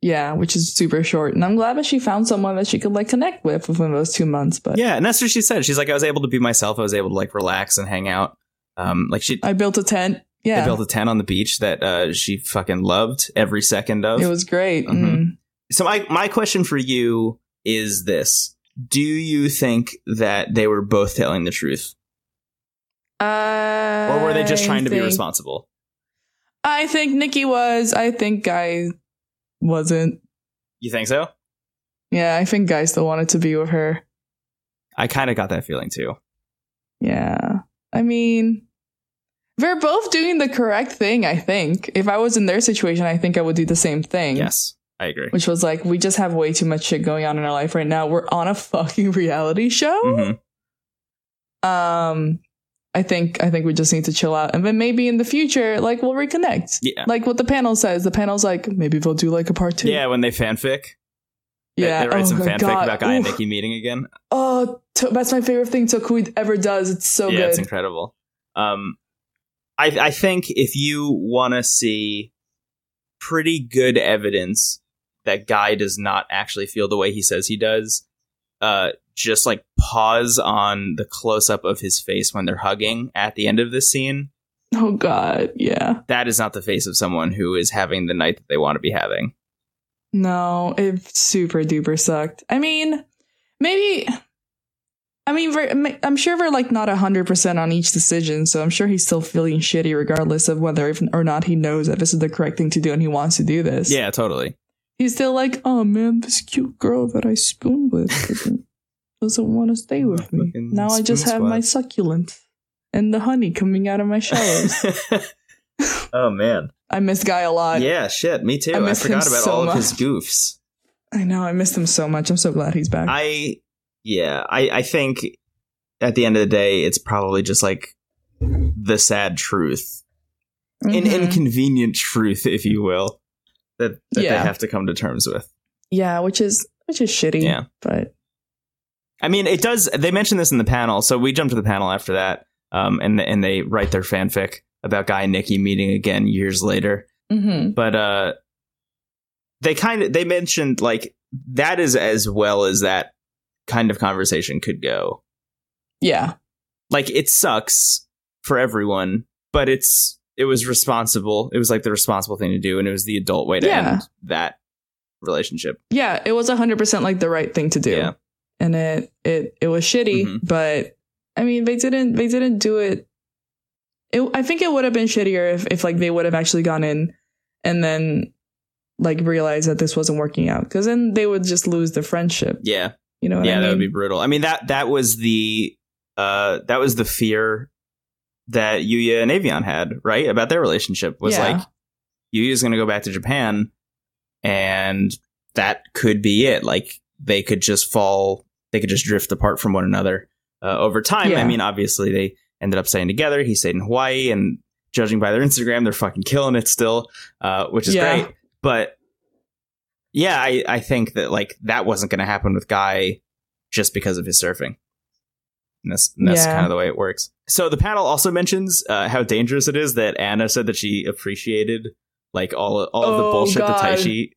Speaker 1: yeah, which is super short. And I'm glad that she found someone that she could like connect with within those two months. But
Speaker 2: yeah and that's what she said she's like i was able to be myself i was able to like relax and hang out um like she
Speaker 1: I built a tent.
Speaker 2: they
Speaker 1: Uh, Yeah,
Speaker 2: built a tent on the beach that uh she fucking loved every second of
Speaker 1: it was great.
Speaker 2: Mhm.
Speaker 1: Mm.
Speaker 2: So my my question for you is this: Do you think that they were both telling the truth, or were they
Speaker 1: Mm-hmm.
Speaker 2: just
Speaker 1: I
Speaker 2: trying to be
Speaker 1: think-
Speaker 2: responsible?
Speaker 1: I think Nikki was. I think Guy wasn't.
Speaker 2: You think so?
Speaker 1: Yeah, I think Guy still wanted to be with her.
Speaker 2: I kind of got that feeling too.
Speaker 1: Yeah, I mean, they're both doing the correct thing. I think if I was in their situation, I think I would do the same thing.
Speaker 2: Yes, I agree.
Speaker 1: Which was like, we just have way too much shit going on in our life right now. We're on a fucking reality show.
Speaker 2: hmm Mm-hmm.
Speaker 1: um i think i think we just need to chill out and then maybe in the future like we'll reconnect
Speaker 2: Yeah,
Speaker 1: like what the panel says the panel's like maybe they'll do like a part two
Speaker 2: yeah. When they fanfic, they-
Speaker 1: yeah
Speaker 2: they, write
Speaker 1: oh,
Speaker 2: some
Speaker 1: my
Speaker 2: fanfic
Speaker 1: God.
Speaker 2: about Guy and
Speaker 1: Oof.
Speaker 2: Nikki meeting again.
Speaker 1: oh to- that's my favorite thing tokui ever does it's so
Speaker 2: yeah,
Speaker 1: good
Speaker 2: it's incredible. Um, I I think if you want to see pretty good evidence that Guy does not actually feel the way he says he does, uh, just like pause on the close up of his face when they're hugging at the end of this scene,
Speaker 1: Oh god, yeah.
Speaker 2: that is not the face of someone who is having the night that they want to be having.
Speaker 1: No, it super duper sucked. I mean, maybe. I mean, we're- I'm sure we're like not hundred percent on each decision, so I'm sure he's still feeling shitty, regardless of whether if, or not he knows that this is the correct thing to do and he wants to do this.
Speaker 2: Yeah, totally.
Speaker 1: he's still like, oh man, this cute girl that I spoon with doesn't, doesn't want to stay with me.
Speaker 2: Fucking
Speaker 1: Now I just
Speaker 2: spoon
Speaker 1: have
Speaker 2: squad.
Speaker 1: my succulent and the honey coming out of my showers.
Speaker 2: oh man.
Speaker 1: I miss Guy a lot.
Speaker 2: yeah, shit. Me too.
Speaker 1: I
Speaker 2: I,
Speaker 1: miss him
Speaker 2: forgot about
Speaker 1: so
Speaker 2: all of his
Speaker 1: much.
Speaker 2: goofs.
Speaker 1: I know, I missed him so much. I'm so glad he's back.
Speaker 2: I yeah, I I think at the end of the day, it's probably just like the sad truth, an
Speaker 1: Mhm.
Speaker 2: inconvenient truth, if you will, that, that
Speaker 1: Yeah.
Speaker 2: they have to come to terms with.
Speaker 1: yeah, which is which is shitty.
Speaker 2: Yeah.
Speaker 1: but
Speaker 2: I mean, it does. They mentioned this in the panel, so we jump to the panel after that, um, and and they write their fanfic about Guy and Nikki meeting again years later.
Speaker 1: mhm.
Speaker 2: but uh they kind of they mentioned like that is as well as that kind of conversation could go
Speaker 1: yeah,
Speaker 2: like it sucks for everyone but it's it was responsible it was like the responsible thing to do and it was the adult way to
Speaker 1: Yeah.
Speaker 2: end that relationship
Speaker 1: yeah, it was 100 percent like the right thing to do,
Speaker 2: Yeah.
Speaker 1: and it it it was shitty,
Speaker 2: Mhm.
Speaker 1: but I mean they didn't they didn't do it. It I think it would have been shittier if if like they would have actually gone in and then like realized that this wasn't working out because then they would just lose the friendship.
Speaker 2: yeah
Speaker 1: You know what
Speaker 2: yeah
Speaker 1: I mean?
Speaker 2: that would be brutal i mean that that was the uh that was the fear that yuya and avion had right about their relationship was
Speaker 1: Yeah.
Speaker 2: like yuya's gonna go back to japan and that could be it like they could just fall they could just drift apart from one another uh, over time i
Speaker 1: Yeah.
Speaker 2: mean obviously they ended up staying together he stayed in hawaii and judging by their instagram they're fucking killing it still uh, which is
Speaker 1: Yeah.
Speaker 2: great but yeah I, I think that like that wasn't going to happen with guy just because of his surfing. And that's, and that's
Speaker 1: Yeah.
Speaker 2: kind of the way it works. So the panel also mentions uh, how dangerous it is that Anna said that she appreciated like all all of the
Speaker 1: Oh,
Speaker 2: bullshit that
Speaker 1: God.
Speaker 2: Taishi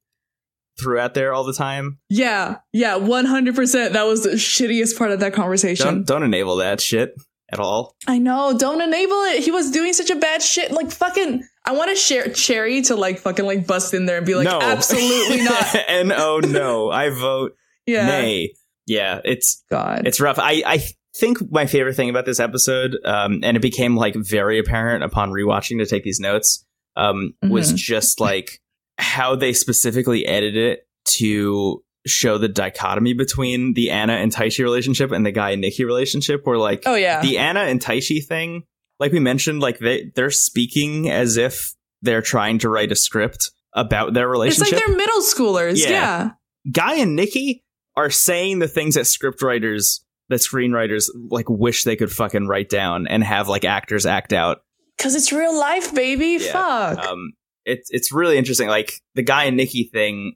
Speaker 2: threw out there all the time.
Speaker 1: yeah, yeah, 100. percent That was the shittiest part of that conversation.
Speaker 2: Don't don't enable that shit at all.
Speaker 1: I know. Don't enable it. He was doing such a bad shit. Like fucking. I want to share Cherry to like fucking like bust in there and be like,
Speaker 2: no,
Speaker 1: absolutely not.
Speaker 2: and oh no, I vote
Speaker 1: Yeah.
Speaker 2: nay. Yeah, it's
Speaker 1: God.
Speaker 2: It's rough. I, I think my favorite thing about this episode, um, and it became like very apparent upon rewatching to take these notes, um,
Speaker 1: Mm-hmm.
Speaker 2: was just like how they specifically edited it to show the dichotomy between the Anna and Taishi relationship and the guy and Nikki relationship, where like
Speaker 1: oh yeah.
Speaker 2: the Anna and Taishi thing, like we mentioned, like they they're speaking as if they're trying to write a script about their
Speaker 1: It's like
Speaker 2: relationship.
Speaker 1: they're middle schoolers.
Speaker 2: Yeah.
Speaker 1: Yeah.
Speaker 2: Guy and Nikki are saying the things that scriptwriters, that screenwriters like wish they could fucking write down and have like actors act out.
Speaker 1: Cause it's real life, baby.
Speaker 2: Yeah.
Speaker 1: Fuck.
Speaker 2: Um, it's it's really interesting. Like the Guy and Nikki thing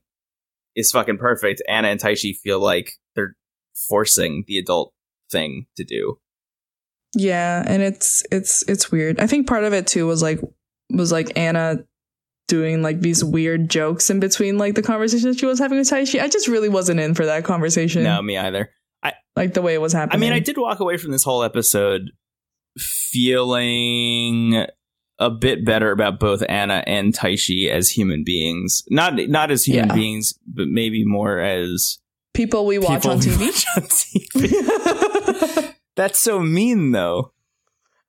Speaker 2: is fucking perfect. Anna and Taishi feel like they're forcing the adult thing to do.
Speaker 1: yeah, and it's it's it's weird. I think part of it too was like was like Anna doing like these weird jokes in between like the conversations she was having with Taishi. I just really wasn't in for that conversation.
Speaker 2: No, me either.
Speaker 1: Like the way it was
Speaker 2: I
Speaker 1: happening.
Speaker 2: mean, I did walk away from this whole episode feeling a bit better about both Anna and Taishi as human beings. Not not as human
Speaker 1: Yeah.
Speaker 2: beings, but maybe more as
Speaker 1: People we watch
Speaker 2: people
Speaker 1: on
Speaker 2: we
Speaker 1: TV.
Speaker 2: watch on TV. That's so mean, though.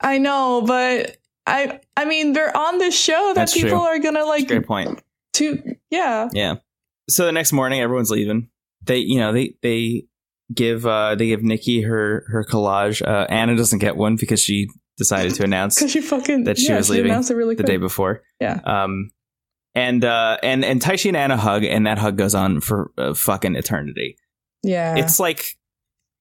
Speaker 1: I know, but I I mean they're on this show that
Speaker 2: That's
Speaker 1: people
Speaker 2: true.
Speaker 1: are gonna like
Speaker 2: Great point.
Speaker 1: to yeah.
Speaker 2: So the next morning, everyone's leaving. They, you know, they they give uh they give Nikki her her collage. Uh, Anna doesn't get one because she decided to announce
Speaker 1: Cause she fucking
Speaker 2: That she
Speaker 1: yeah,
Speaker 2: was leaving
Speaker 1: announced it really
Speaker 2: the
Speaker 1: quick.
Speaker 2: day before.
Speaker 1: Yeah.
Speaker 2: Um, and uh, and and Taishi and Anna hug, and that hug goes on for a fucking eternity.
Speaker 1: yeah.
Speaker 2: It's like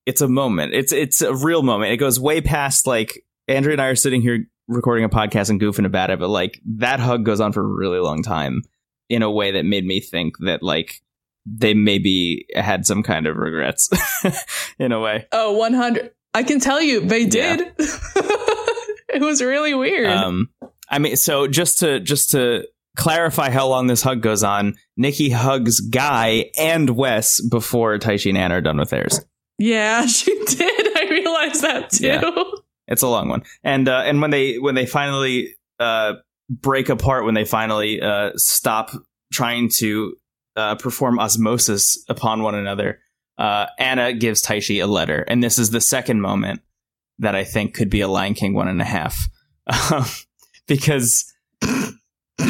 Speaker 2: it's a moment. It's it's a real moment. It goes way past like Andrew and I are sitting here recording a podcast and goofing about it, but like that hug goes on for a really long time in a way that made me think that like they maybe had some kind of regrets in a way.
Speaker 1: oh, 100. I can tell you they
Speaker 2: Yeah.
Speaker 1: did. it was really weird.
Speaker 2: Um, I mean, so just to just to clarify how long this hug goes on, Nikki hugs Guy and Wes before Taishi and Anna are done with theirs.
Speaker 1: Yeah, she did. I realized that too.
Speaker 2: Yeah. It's a long one, and uh, and when they when they finally uh, break apart, when they finally uh, stop trying to uh, perform osmosis upon one another, uh, Anna gives Taishi a letter, and this is the second moment that I think could be a Lion King one and a half, Um, because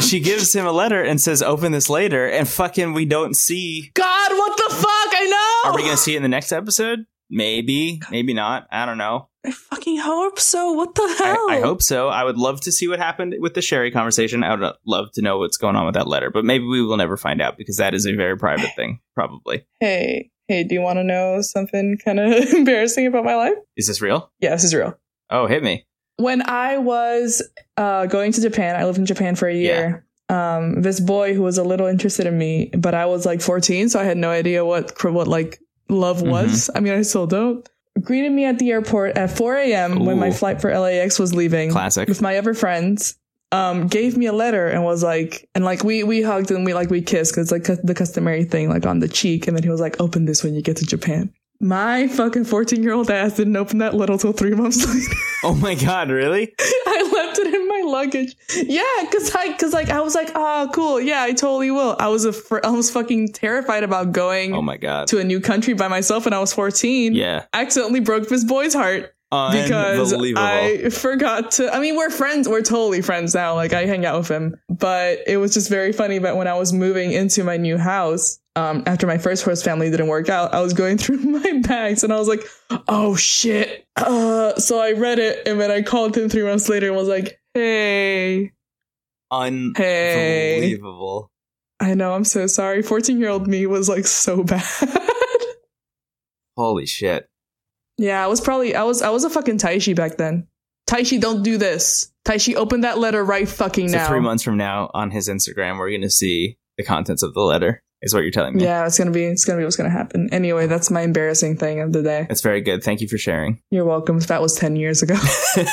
Speaker 2: she gives him a letter and says, "Open this later," and fucking we don't see.
Speaker 1: God, what the fuck? I know.
Speaker 2: Are we gonna see it in the next episode? Maybe, maybe not. I don't know.
Speaker 1: I fucking hope so. What the
Speaker 2: I,
Speaker 1: hell?
Speaker 2: I hope so. I would love to see what happened with the Sherry conversation. I would uh, love to know what's going on with that letter, but maybe we will never find out because that is a very private thing, probably.
Speaker 1: Hey, hey, do you want to know something kind of embarrassing about my life?
Speaker 2: Is this real?
Speaker 1: Yeah, this is real.
Speaker 2: Oh, hit me.
Speaker 1: when I was uh, going to Japan, I lived in Japan for a year. Um, this boy who was a little interested in me, but I was like 14, so I had no idea what what like love
Speaker 2: Mm-hmm.
Speaker 1: was. I mean, I still don't. Greeted me at the airport at 4 a.m. when my
Speaker 2: Ooh.
Speaker 1: flight for LAX was leaving
Speaker 2: Classic.
Speaker 1: with my other friends. Um, gave me a letter and was like, and like we we hugged and we like we kissed because like cu- the customary thing like on the cheek, and then he was like, open this when you get to Japan. My fucking 14 year old ass didn't open that little till three months later.
Speaker 2: Oh my god, really?
Speaker 1: I left it in my luggage. Yeah, cause I, cause like I was like, oh, cool. Yeah, I totally will. I was a, fr- I was fucking terrified about going
Speaker 2: Oh my god.
Speaker 1: to a new country by myself when I was fourteen.
Speaker 2: Yeah.
Speaker 1: accidentally broke this boy's heart because
Speaker 2: Unbelievable.
Speaker 1: I forgot to. I mean, we're friends. We're totally friends now. Like I hang out with him, but it was just very funny that when I was moving into my new house. Um, after my first horse family didn't work out, I was going through my bags and I was like, "Oh shit!" Uh, so I read it and then I called him three months later and was like, "Hey, hey,
Speaker 2: Unbelievable.
Speaker 1: I know I'm so sorry." Fourteen year old me was like so bad.
Speaker 2: Holy shit.
Speaker 1: Yeah, I was probably I was I was a fucking Taishi back then. Taishi, don't do this. Taishi, open that letter right fucking
Speaker 2: So
Speaker 1: now.
Speaker 2: three months from now on his Instagram, we're gonna see the contents of the letter. Is what you're telling me.
Speaker 1: Yeah, it's gonna be it's gonna be what's gonna happen. Anyway, that's my embarrassing thing of the day.
Speaker 2: That's very good. Thank you for sharing.
Speaker 1: You're welcome. That was ten years ago.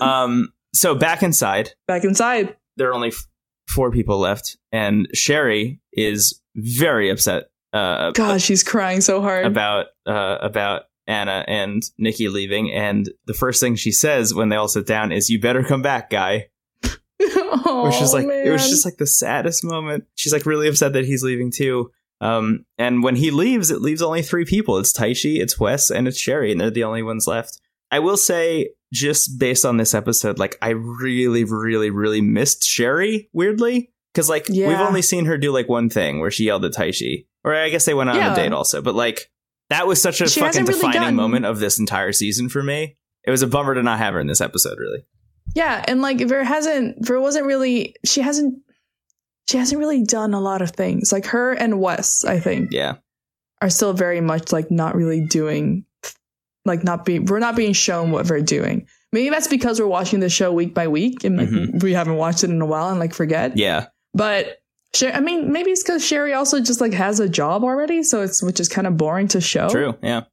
Speaker 2: um. So back inside,
Speaker 1: back inside.
Speaker 2: there are only f- four people left, and Sherry is very upset uh,
Speaker 1: God, she's crying so hard.
Speaker 2: about uh, about Anna and Nikki leaving. And the first thing she says when they all sit down is, "You better come back, guy."
Speaker 1: oh,
Speaker 2: which is like it was
Speaker 1: man.
Speaker 2: just like the saddest moment. She's like really upset that he's leaving too. Um, and when he leaves, it leaves only three people. It's Taishi, it's Wes, and it's Sherry, and they're the only ones left. I will say, just based on this episode, like I really, really, really missed Sherry. Weirdly, because like we've
Speaker 1: Yeah.
Speaker 2: only seen her do like one thing where she yelled at Taishi, or I guess they went on
Speaker 1: Yeah.
Speaker 2: a date also. But like that was such a
Speaker 1: She
Speaker 2: fucking
Speaker 1: hasn't really
Speaker 2: defining
Speaker 1: gotten-
Speaker 2: moment of this entire season for me. It was a bummer to not have her in this episode. Really,
Speaker 1: Yeah, and like there hasn't there wasn't really she hasn't she hasn't really done a lot of things. Like her and Wes, I think.
Speaker 2: yeah,
Speaker 1: are still very much like not really doing like not being we're not being shown what they're doing maybe that's because we're watching the show week by week and like
Speaker 2: Mhm.
Speaker 1: we haven't watched it in a while and like forget
Speaker 2: yeah,
Speaker 1: but Sher- i mean maybe it's because sherry also just like has a job already so it's which is kind of boring to show
Speaker 2: true, yeah.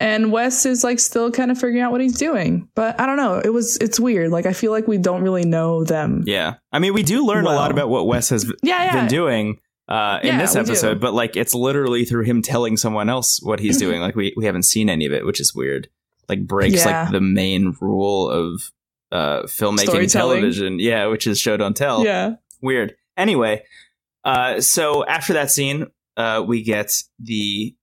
Speaker 1: and wes is like still kind of figuring out what he's doing but i don't know it was it's weird like i feel like we don't really know them
Speaker 2: Yeah. I mean, we do learn a
Speaker 1: Well.
Speaker 2: lot about what Wes has
Speaker 1: yeah yeah,
Speaker 2: been doing uh, in
Speaker 1: Yeah,
Speaker 2: this
Speaker 1: we
Speaker 2: episode,
Speaker 1: do.
Speaker 2: but like it's literally through him telling someone else what he's doing. Like we, we haven't seen any of it, which is weird. Like breaks
Speaker 1: Yeah.
Speaker 2: like the main rule of uh, filmmaking
Speaker 1: Storytelling.
Speaker 2: television. Yeah, which is show don't tell.
Speaker 1: yeah
Speaker 2: Weird. Anyway, uh, so after that scene, uh, we get the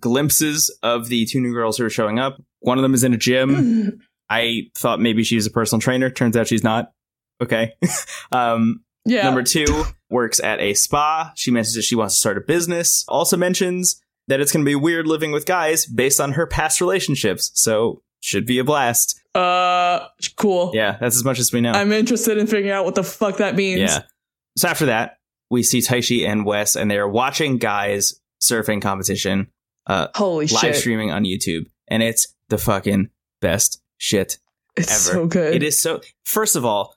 Speaker 2: glimpses of the two new girls who are showing up. One of them is in a gym. I thought maybe she was a personal trainer. Turns out she's not. Okay. um,
Speaker 1: yeah
Speaker 2: Number two works at a spa. She mentions that she wants to start a business. Also mentions that it's going to be weird living with guys based on her past relationships. So should be a blast.
Speaker 1: uh cool
Speaker 2: Yeah, that's as much as we know.
Speaker 1: i'm interested in figuring out what the fuck that means
Speaker 2: yeah. So after that, we see Taishi and Wes, and they are watching guys surfing competition
Speaker 1: Holy
Speaker 2: live
Speaker 1: shit.
Speaker 2: streaming on YouTube, and it's the fucking best shit
Speaker 1: It's
Speaker 2: ever.
Speaker 1: so good.
Speaker 2: It is so. First of all,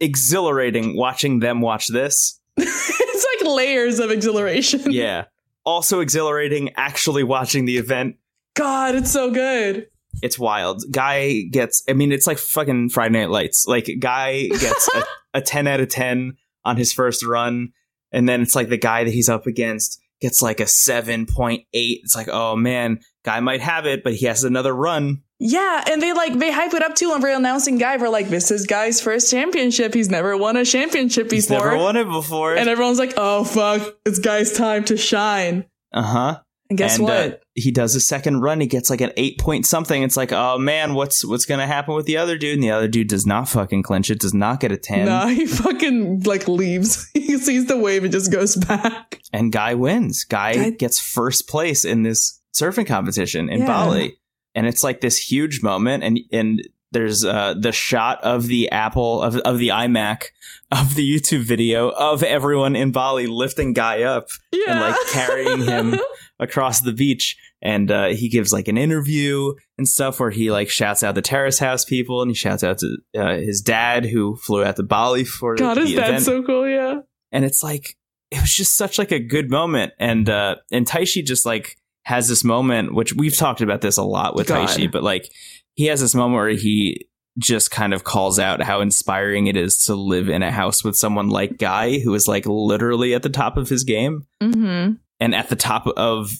Speaker 2: exhilarating watching them watch this.
Speaker 1: it's like layers of exhilaration.
Speaker 2: Yeah. Also exhilarating actually watching the event
Speaker 1: God, it's so good.
Speaker 2: It's wild. Guy gets. I mean, it's like fucking Friday Night Lights. Like guy gets a, a ten out of ten on his first run, and then it's like the guy that he's up against gets like a seven point eight. It's like, oh man, guy might have it, but he has another run.
Speaker 1: Yeah, and they like they hype it up too when we're announcing Guy. We're like, this is Guy's first championship. He's never won a championship
Speaker 2: He's
Speaker 1: before.
Speaker 2: never won it before.
Speaker 1: and everyone's like, oh fuck, it's Guy's time to shine.
Speaker 2: uh-huh.
Speaker 1: And guess
Speaker 2: And,
Speaker 1: what?
Speaker 2: Uh, he does his second run. He gets like an eight point something. It's like, oh man, what's what's gonna happen with the other dude? And the other dude does not fucking clinch it. Does not get a ten.
Speaker 1: nah, he fucking like leaves. he sees the wave and just goes back.
Speaker 2: And guy wins. Guy,
Speaker 1: Guy-
Speaker 2: gets first place in this surfing competition in
Speaker 1: Yeah.
Speaker 2: Bali. And it's like this huge moment. And and there's uh, the shot of the Apple of of the iMac of the YouTube video of everyone in Bali lifting guy up.
Speaker 1: Yeah,
Speaker 2: like, carrying him. across the beach and uh, he gives like an interview and stuff where he like shouts out the terrace house people and he shouts out to uh, his dad who flew out to bali for
Speaker 1: God,
Speaker 2: the
Speaker 1: is that
Speaker 2: event
Speaker 1: so cool? Yeah.
Speaker 2: and it's like it was just such like a good moment and uh and taishi just like has this moment which we've talked about this a lot with
Speaker 1: God.
Speaker 2: taishi but like he has this moment where he just kind of calls out how inspiring it is to live in a house with someone like guy who is like literally at the top of his game
Speaker 1: Mm-hmm.
Speaker 2: and at the top of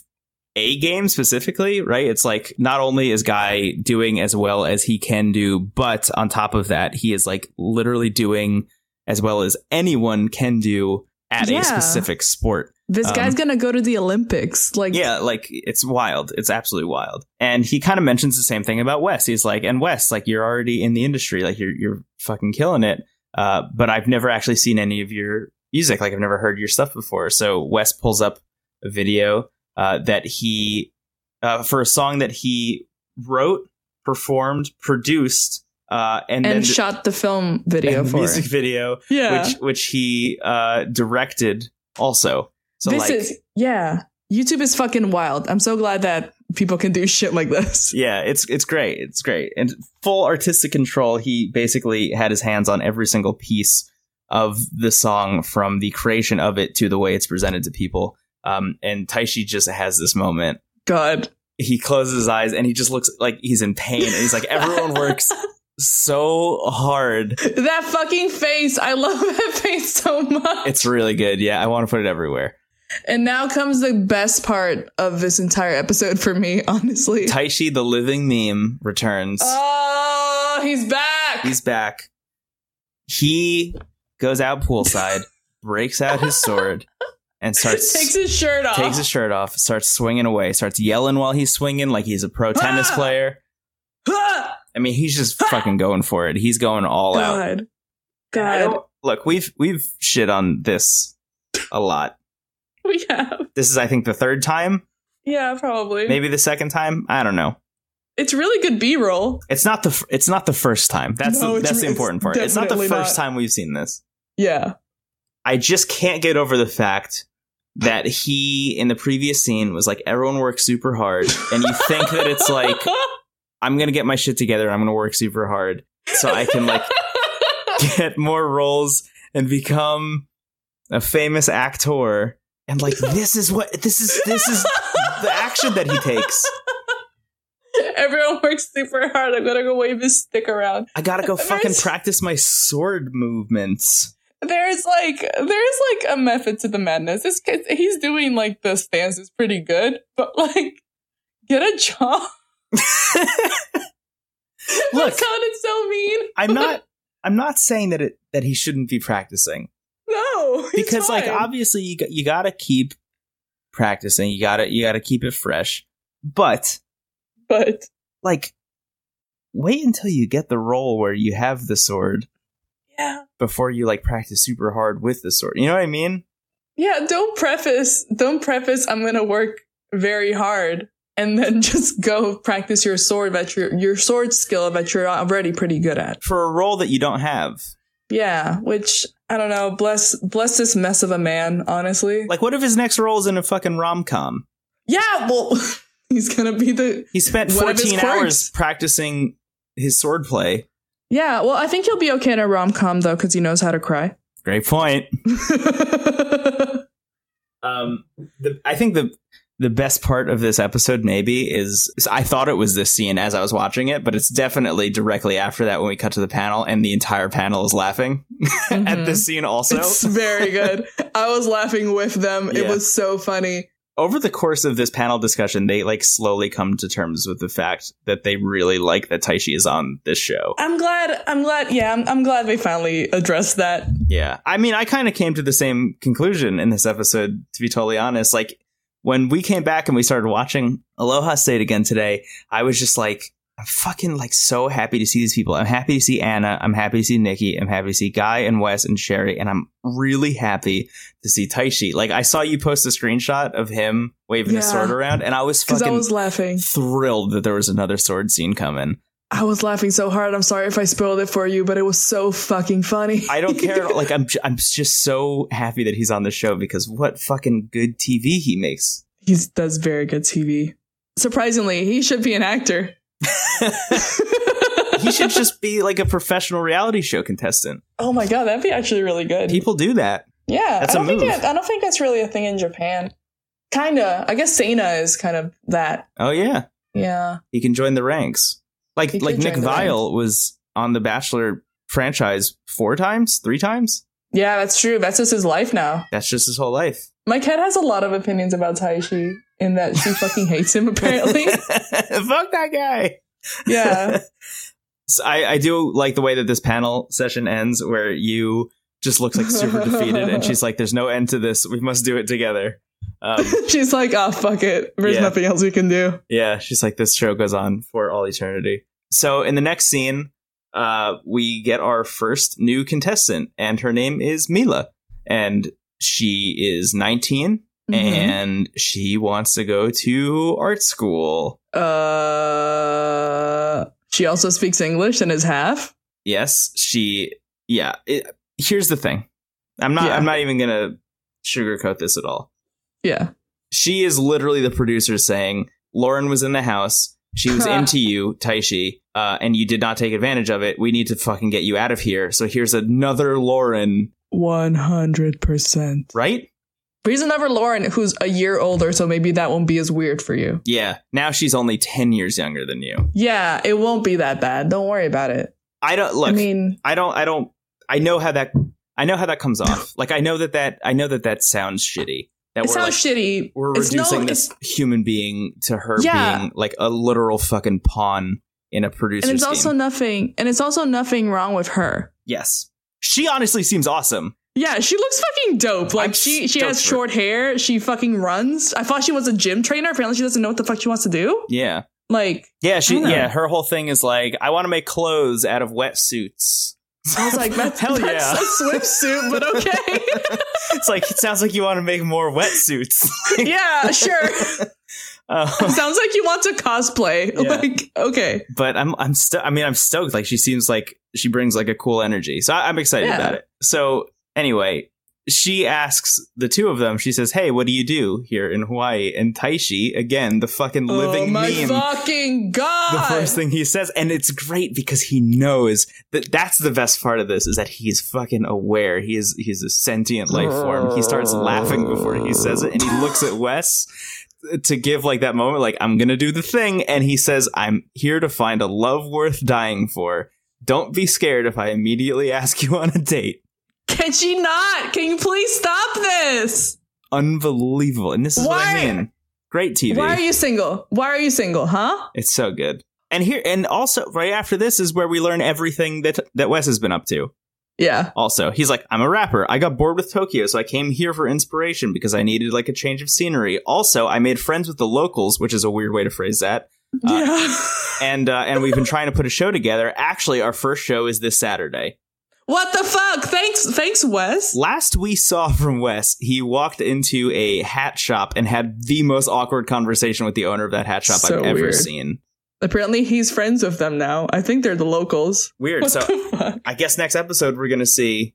Speaker 2: a game specifically, right? It's like not only is Guy doing as well as he can do, but on top of that, he is like literally doing as well as anyone can do at
Speaker 1: Yeah.
Speaker 2: a specific sport.
Speaker 1: This
Speaker 2: Um,
Speaker 1: guy's gonna go to the Olympics. Like,
Speaker 2: Yeah, like it's wild. It's absolutely wild. And he kind of mentions the same thing about Wes. He's like, and Wes, like you're already in the industry, like you're you're fucking killing it. Uh, but I've never actually seen any of your music. Like I've never heard your stuff before. So Wes pulls up a video uh, that he uh, for a song that he wrote, performed, produced, uh, and,
Speaker 1: and,
Speaker 2: then
Speaker 1: shot the film
Speaker 2: and
Speaker 1: video
Speaker 2: the
Speaker 1: for
Speaker 2: music
Speaker 1: it.
Speaker 2: video,
Speaker 1: Yeah,
Speaker 2: which which he uh, directed also. So
Speaker 1: this
Speaker 2: like,
Speaker 1: is yeah. YouTube is fucking wild. I'm so glad that people can do shit like this.
Speaker 2: yeah, it's it's great. It's great. And full artistic control. He basically had his hands on every single piece of the song from the creation of it to the way it's presented to people. Um, and Taishi just has this moment.
Speaker 1: God,
Speaker 2: He closes his eyes and he just looks like he's in pain. And he's like, everyone works so hard.
Speaker 1: that fucking face. I love that face so much.
Speaker 2: It's really good. Yeah, I want to put it everywhere.
Speaker 1: and now comes the best part of this entire episode for me, honestly.
Speaker 2: Taishi, the living meme, returns.
Speaker 1: Oh, he's back.
Speaker 2: He's back. He goes out poolside, breaks out his sword, and starts
Speaker 1: takes his shirt off.
Speaker 2: takes his shirt off, starts swinging away, starts yelling while he's swinging like he's a pro tennis
Speaker 1: Ah!
Speaker 2: player.
Speaker 1: Ah!
Speaker 2: I mean, he's just fucking going for it. He's going all out.
Speaker 1: God.
Speaker 2: And I
Speaker 1: God.
Speaker 2: don't- Look, we've we've shit on this a lot.
Speaker 1: We have.
Speaker 2: This is, I think, the third time,
Speaker 1: Yeah, probably.
Speaker 2: maybe the second time. I don't know.
Speaker 1: It's really good B roll.
Speaker 2: It's not the f- it's not the first time. That's
Speaker 1: No,
Speaker 2: the,
Speaker 1: it's
Speaker 2: that's
Speaker 1: re-
Speaker 2: the important
Speaker 1: it's
Speaker 2: part. It's not the
Speaker 1: definitely
Speaker 2: first
Speaker 1: not.
Speaker 2: time we've seen this.
Speaker 1: Yeah.
Speaker 2: I just can't get over the fact that he in the previous scene was like everyone works super hard and you think that it's like I'm going to get my shit together and I'm going to work super hard so I can like get more roles and become a famous actor and like this is what this is this is the action that he takes.
Speaker 1: Everyone works super hard. I'm gonna go wave his stick around.
Speaker 2: I got to go fucking
Speaker 1: There's-
Speaker 2: practice my sword movements.
Speaker 1: There's like there's like a method to the madness. This kid, he's doing like the stance is pretty good, but like get a job.
Speaker 2: Look.
Speaker 1: that sounded so mean.
Speaker 2: I'm not I'm not saying that it that he shouldn't be practicing.
Speaker 1: No, he's
Speaker 2: because like
Speaker 1: fine.
Speaker 2: obviously you got, you got to keep practicing you got to you got to keep it fresh but
Speaker 1: but
Speaker 2: like wait until you get the role where you have the sword
Speaker 1: yeah,
Speaker 2: before you like practice super hard with the sword you know what i mean
Speaker 1: yeah. Don't preface. Don't preface. I'm gonna work very hard, and then just go practice your sword that your your sword skill that you're already pretty good at.
Speaker 2: for a role that you don't have
Speaker 1: Yeah, which I don't know. Bless bless this mess of a man, honestly.
Speaker 2: like what if his next role is in a fucking rom-com
Speaker 1: yeah, well, he's gonna be the.
Speaker 2: he spent
Speaker 1: What if his
Speaker 2: 14
Speaker 1: quirks?
Speaker 2: hours practicing his sword play
Speaker 1: Yeah, well, I think he'll be okay in a rom com though, because he knows how to cry.
Speaker 2: great point um the, i think the the best part of this episode maybe is, is i thought it was this scene as i was watching it but it's definitely directly after that when we cut to the panel and the entire panel is laughing at
Speaker 1: Mhm.
Speaker 2: this scene also
Speaker 1: It's very good. I was laughing with them. It
Speaker 2: Yeah.
Speaker 1: was so funny.
Speaker 2: over the course of this panel discussion, they like slowly come to terms with the fact that they really like that Taishi is on this show.
Speaker 1: I'm glad. I'm glad. Yeah, I'm, I'm glad we finally addressed that.
Speaker 2: Yeah. I mean, I kind of came to the same conclusion in this episode, to be totally honest. Like, when we came back and we started watching Aloha State again today, I was just like, I'm fucking like so happy to see these people. I'm happy to see Anna. I'm happy to see Nikki. I'm happy to see Guy and Wes and Sherry. And I'm really happy to see Taishi. Like I saw you post a screenshot of him waving his
Speaker 1: Yeah.
Speaker 2: sword around, and I was
Speaker 1: Because
Speaker 2: fucking
Speaker 1: I was laughing.
Speaker 2: thrilled that there was another sword scene coming.
Speaker 1: I was laughing so hard. I'm sorry if I spoiled it for you, but it was so fucking funny.
Speaker 2: I don't care. like I'm, j- I'm just so happy that he's on the show because what fucking good TV he makes.
Speaker 1: he does very good TV. Surprisingly, he should be an actor.
Speaker 2: He should just be like a professional reality show contestant.
Speaker 1: Oh my god, that'd be actually really good.
Speaker 2: People do that.
Speaker 1: yeah,
Speaker 2: that's
Speaker 1: I
Speaker 2: a
Speaker 1: don't
Speaker 2: move.
Speaker 1: think that, I don't think that's really a thing in Japan. Kinda. I guess Sana is kind of that.
Speaker 2: Oh yeah.
Speaker 1: Yeah.
Speaker 2: he can join the ranks. Like
Speaker 1: He
Speaker 2: like
Speaker 1: could
Speaker 2: Nick
Speaker 1: join the
Speaker 2: Vile was on the Bachelor franchise four times, three times.
Speaker 1: Yeah, that's true. That's just his life now.
Speaker 2: That's just his whole life.
Speaker 1: My cat has a lot of opinions about Taishi in that she fucking hates him apparently.
Speaker 2: Fuck that guy.
Speaker 1: yeah.
Speaker 2: So I, I do like the way that this panel session ends, where you just looks like super defeated, and she's like, "There's no end to this. We must do it together." Um,
Speaker 1: She's like, oh fuck it. There's
Speaker 2: Yeah.
Speaker 1: nothing else we can do.
Speaker 2: Yeah, she's like, this show goes on for all eternity. So in the next scene, uh, we get our first new contestant, and her name is Mila, and she is 19,
Speaker 1: Mm-hmm.
Speaker 2: and she wants to go to art school.
Speaker 1: Uh, she also speaks English and is half.
Speaker 2: Yes, she. Yeah. It, here's the thing. I'm not.
Speaker 1: Yeah.
Speaker 2: I'm not even gonna sugarcoat this at all.
Speaker 1: Yeah.
Speaker 2: she is literally the producer saying Lauren was in the house. She was into you, Taishi, uh, and you did not take advantage of it. We need to fucking get you out of here. So here's another Lauren,
Speaker 1: 100%.
Speaker 2: right?
Speaker 1: Reason over Lauren, who's a year older, so maybe that won't be as weird for you.
Speaker 2: Yeah. Now she's only ten years younger than you.
Speaker 1: Yeah, it won't be that bad. Don't worry about it.
Speaker 2: I don't look.
Speaker 1: I mean,
Speaker 2: I don't. I don't. I know how that. I know how that comes off. like I know that that. I know that that sounds shitty. That
Speaker 1: it sounds
Speaker 2: like,
Speaker 1: shitty.
Speaker 2: We're
Speaker 1: it's
Speaker 2: reducing
Speaker 1: no,
Speaker 2: this
Speaker 1: it's,
Speaker 2: human being to her
Speaker 1: Yeah.
Speaker 2: being like a literal fucking pawn in a producer's
Speaker 1: and it's
Speaker 2: game.
Speaker 1: also nothing, and it's also nothing wrong with her.
Speaker 2: yes. She honestly seems awesome.
Speaker 1: Yeah, she looks fucking dope. Like
Speaker 2: I'm
Speaker 1: she, she
Speaker 2: stoked
Speaker 1: has
Speaker 2: for her.
Speaker 1: short hair. She fucking runs. I thought she was a gym trainer. Apparently, she doesn't know what the fuck she wants to do.
Speaker 2: Yeah.
Speaker 1: Like,
Speaker 2: Yeah, she
Speaker 1: I don't know.
Speaker 2: yeah, her whole thing is like, I want to make clothes out of wetsuits.
Speaker 1: I was like, that's,
Speaker 2: Hell
Speaker 1: that's
Speaker 2: yeah.
Speaker 1: a swimsuit, but okay.
Speaker 2: It's like it sounds like you want to make more wetsuits.
Speaker 1: yeah, sure.
Speaker 2: Um,
Speaker 1: Sounds like you want to cosplay.
Speaker 2: Yeah.
Speaker 1: Like, okay.
Speaker 2: but I'm I'm sto- I mean I'm stoked. Like she seems like she brings like a cool energy. So I- I'm excited
Speaker 1: Yeah.
Speaker 2: about it. So anyway, she asks the two of them. She says, "Hey, what do you do here in Hawaii?" And Taishi again, the fucking living
Speaker 1: oh my
Speaker 2: meme.
Speaker 1: fucking god.
Speaker 2: the first thing he says and it's great because he knows that that's the best part of this is that he's fucking aware he is he's a sentient life form he starts laughing before he says it and he looks at wes to give like that moment like i'm gonna do the thing and he says i'm here to find a love worth dying for don't be scared if i immediately ask you on a date
Speaker 1: Can she not? Can you please stop this?
Speaker 2: unbelievable and this is what i
Speaker 1: Why-
Speaker 2: mean great tv
Speaker 1: Why are you single? Why are you single, huh?
Speaker 2: It's so good. And here and also right after this is where we learn everything that that Wes has been up to.
Speaker 1: Yeah.
Speaker 2: Also, he's like, I'm a rapper. I got bored with Tokyo, so I came here for inspiration because I needed like a change of scenery. Also, I made friends with the locals, which is a weird way to phrase that. Uh,
Speaker 1: yeah.
Speaker 2: And uh, and we've been trying to put a show together. Actually, our first show is this Saturday.
Speaker 1: what the fuck? Thanks, thanks, Wes.
Speaker 2: Last we saw from Wes, he walked into a hat shop and had the most awkward conversation with the owner of that hat shop
Speaker 1: So
Speaker 2: I've ever
Speaker 1: weird.
Speaker 2: seen.
Speaker 1: Apparently, he's friends with them now. I think they're the locals.
Speaker 2: Weird.
Speaker 1: What
Speaker 2: so
Speaker 1: the fuck?
Speaker 2: I guess next episode we're gonna see.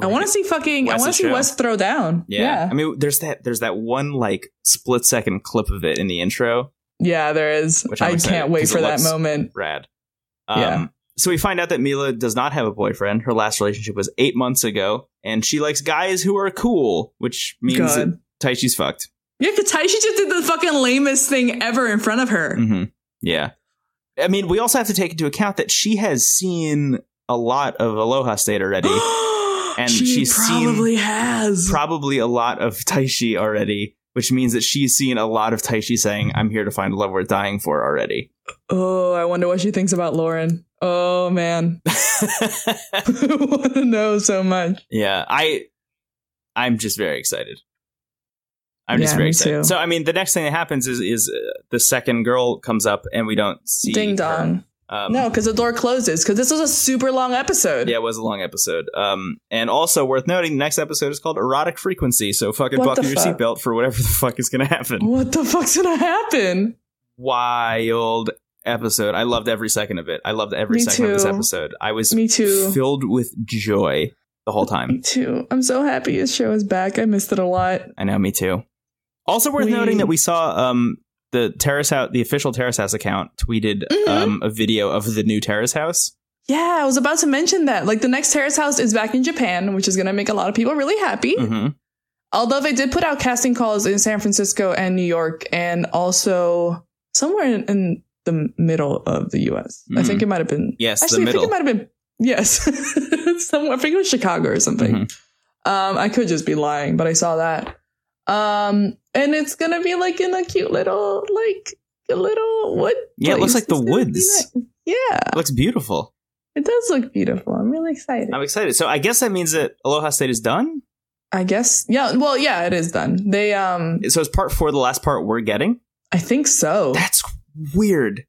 Speaker 1: I want to see fucking. I
Speaker 2: Wes's
Speaker 1: want to see
Speaker 2: show.
Speaker 1: Wes throw down.
Speaker 2: Yeah.
Speaker 1: Yeah.
Speaker 2: I mean, there's that there's that one like split second clip of it in the intro.
Speaker 1: Yeah, there is.
Speaker 2: Which I'm
Speaker 1: I
Speaker 2: excited,
Speaker 1: can't wait
Speaker 2: 'cause it
Speaker 1: for that
Speaker 2: looks-
Speaker 1: moment.
Speaker 2: Rad. Um,
Speaker 1: Yeah.
Speaker 2: So we find out that Mila does not have a boyfriend. Her last relationship was eight months ago, and she likes guys who are cool, which means
Speaker 1: God.
Speaker 2: that Taichi's fucked.
Speaker 1: Yeah, because Taishi just did the fucking lamest thing ever in front of her.
Speaker 2: hmm Yeah. I mean, we also have to take into account that she has seen a lot of Aloha State already,
Speaker 1: Mm-hmm. and
Speaker 2: And
Speaker 1: she
Speaker 2: she's
Speaker 1: probably has.
Speaker 2: probably a lot of Taishi already, which means that she's seen a lot of Taishi saying, I'm here to find love worth dying for already.
Speaker 1: Oh, I wonder what she thinks about Lauren. Oh man, I want to know so much.
Speaker 2: yeah, I I'm just very excited. I'm just
Speaker 1: Yeah,
Speaker 2: very
Speaker 1: me
Speaker 2: excited.
Speaker 1: too.
Speaker 2: So I mean, the next thing that happens is is uh, the second girl comes up and we don't see
Speaker 1: Ding
Speaker 2: her.
Speaker 1: dong.
Speaker 2: Um,
Speaker 1: no, because the door closes. Because this was a super long episode.
Speaker 2: Yeah, it was a long episode. Um, and also worth noting, the next episode is called Erotic Frequency. So fucking
Speaker 1: What the
Speaker 2: buckle your
Speaker 1: fuck?
Speaker 2: seatbelt for whatever the fuck is going to happen.
Speaker 1: What the fuck's gonna happen?
Speaker 2: Wild episode. I loved every second of it. I loved every
Speaker 1: Me
Speaker 2: second of this
Speaker 1: too.
Speaker 2: episode. I was
Speaker 1: Me too.
Speaker 2: filled with joy the whole
Speaker 1: Me
Speaker 2: time.
Speaker 1: too. I'm so happy this show is back. I missed it a lot.
Speaker 2: I know, me too. Also worth
Speaker 1: We-
Speaker 2: noting that we saw um the terrace house, the official terrace house account tweeted
Speaker 1: Mhm.
Speaker 2: um a video of the new terrace house.
Speaker 1: Yeah, I was about to mention that. Like the next Terrace House is back in Japan, which is gonna make a lot of people really happy.
Speaker 2: hmm
Speaker 1: Although they did put out casting calls in San Francisco and New York, and also somewhere in, in the middle of the U.S. I
Speaker 2: Mhm.
Speaker 1: think it might have been
Speaker 2: Yes,
Speaker 1: actually.
Speaker 2: the
Speaker 1: I think it
Speaker 2: middle.
Speaker 1: might have been yes, somewhere. I think it was Chicago or something.
Speaker 2: Mhm.
Speaker 1: Um, I could just be lying, but I saw that. Um, and it's gonna be like in a cute little like a little wood.
Speaker 2: Yeah, it looks
Speaker 1: place.
Speaker 2: like the
Speaker 1: It's gonna be
Speaker 2: woods.
Speaker 1: nice. Yeah,
Speaker 2: Looks beautiful.
Speaker 1: it does look beautiful. I'm really excited.
Speaker 2: I'm excited. So I guess that means that Aloha State is done.
Speaker 1: I guess. Yeah. Well, yeah, it is done. They. Um.
Speaker 2: So it's part four, the last part we're getting.
Speaker 1: I think so.
Speaker 2: That's weird.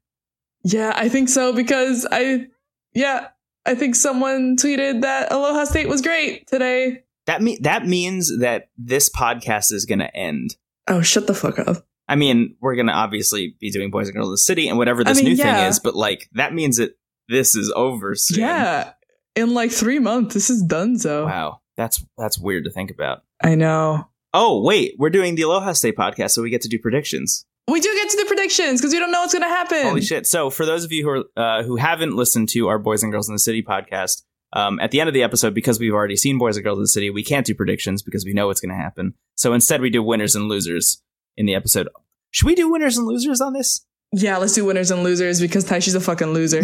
Speaker 1: Yeah, I think so because I. Yeah, I think someone tweeted that Aloha State was great today.
Speaker 2: That me- that means that this podcast is going to end.
Speaker 1: Oh, shut the fuck up.
Speaker 2: I mean, we're going to obviously be doing Boys and Girls in the City and whatever
Speaker 1: I
Speaker 2: this
Speaker 1: mean,
Speaker 2: new thing
Speaker 1: yeah.
Speaker 2: is, but like that means that this is over soon.
Speaker 1: Yeah. In like three months, this is done. So
Speaker 2: Wow. That's that's weird to think about.
Speaker 1: I know.
Speaker 2: Oh, wait, we're doing the Aloha State podcast, so we get to do predictions.
Speaker 1: We do get to the predictions because we don't know what's going to happen.
Speaker 2: Holy shit! So, for those of you who are, uh, who haven't listened to our Boys and Girls in the City podcast, um, at the end of the episode, because we've already seen Boys and Girls in the City, we can't do predictions because we know what's going to happen. So instead, we do winners and losers in the episode. Should we do winners and losers on this?
Speaker 1: Yeah, let's do winners and losers because Taishi's a fucking loser.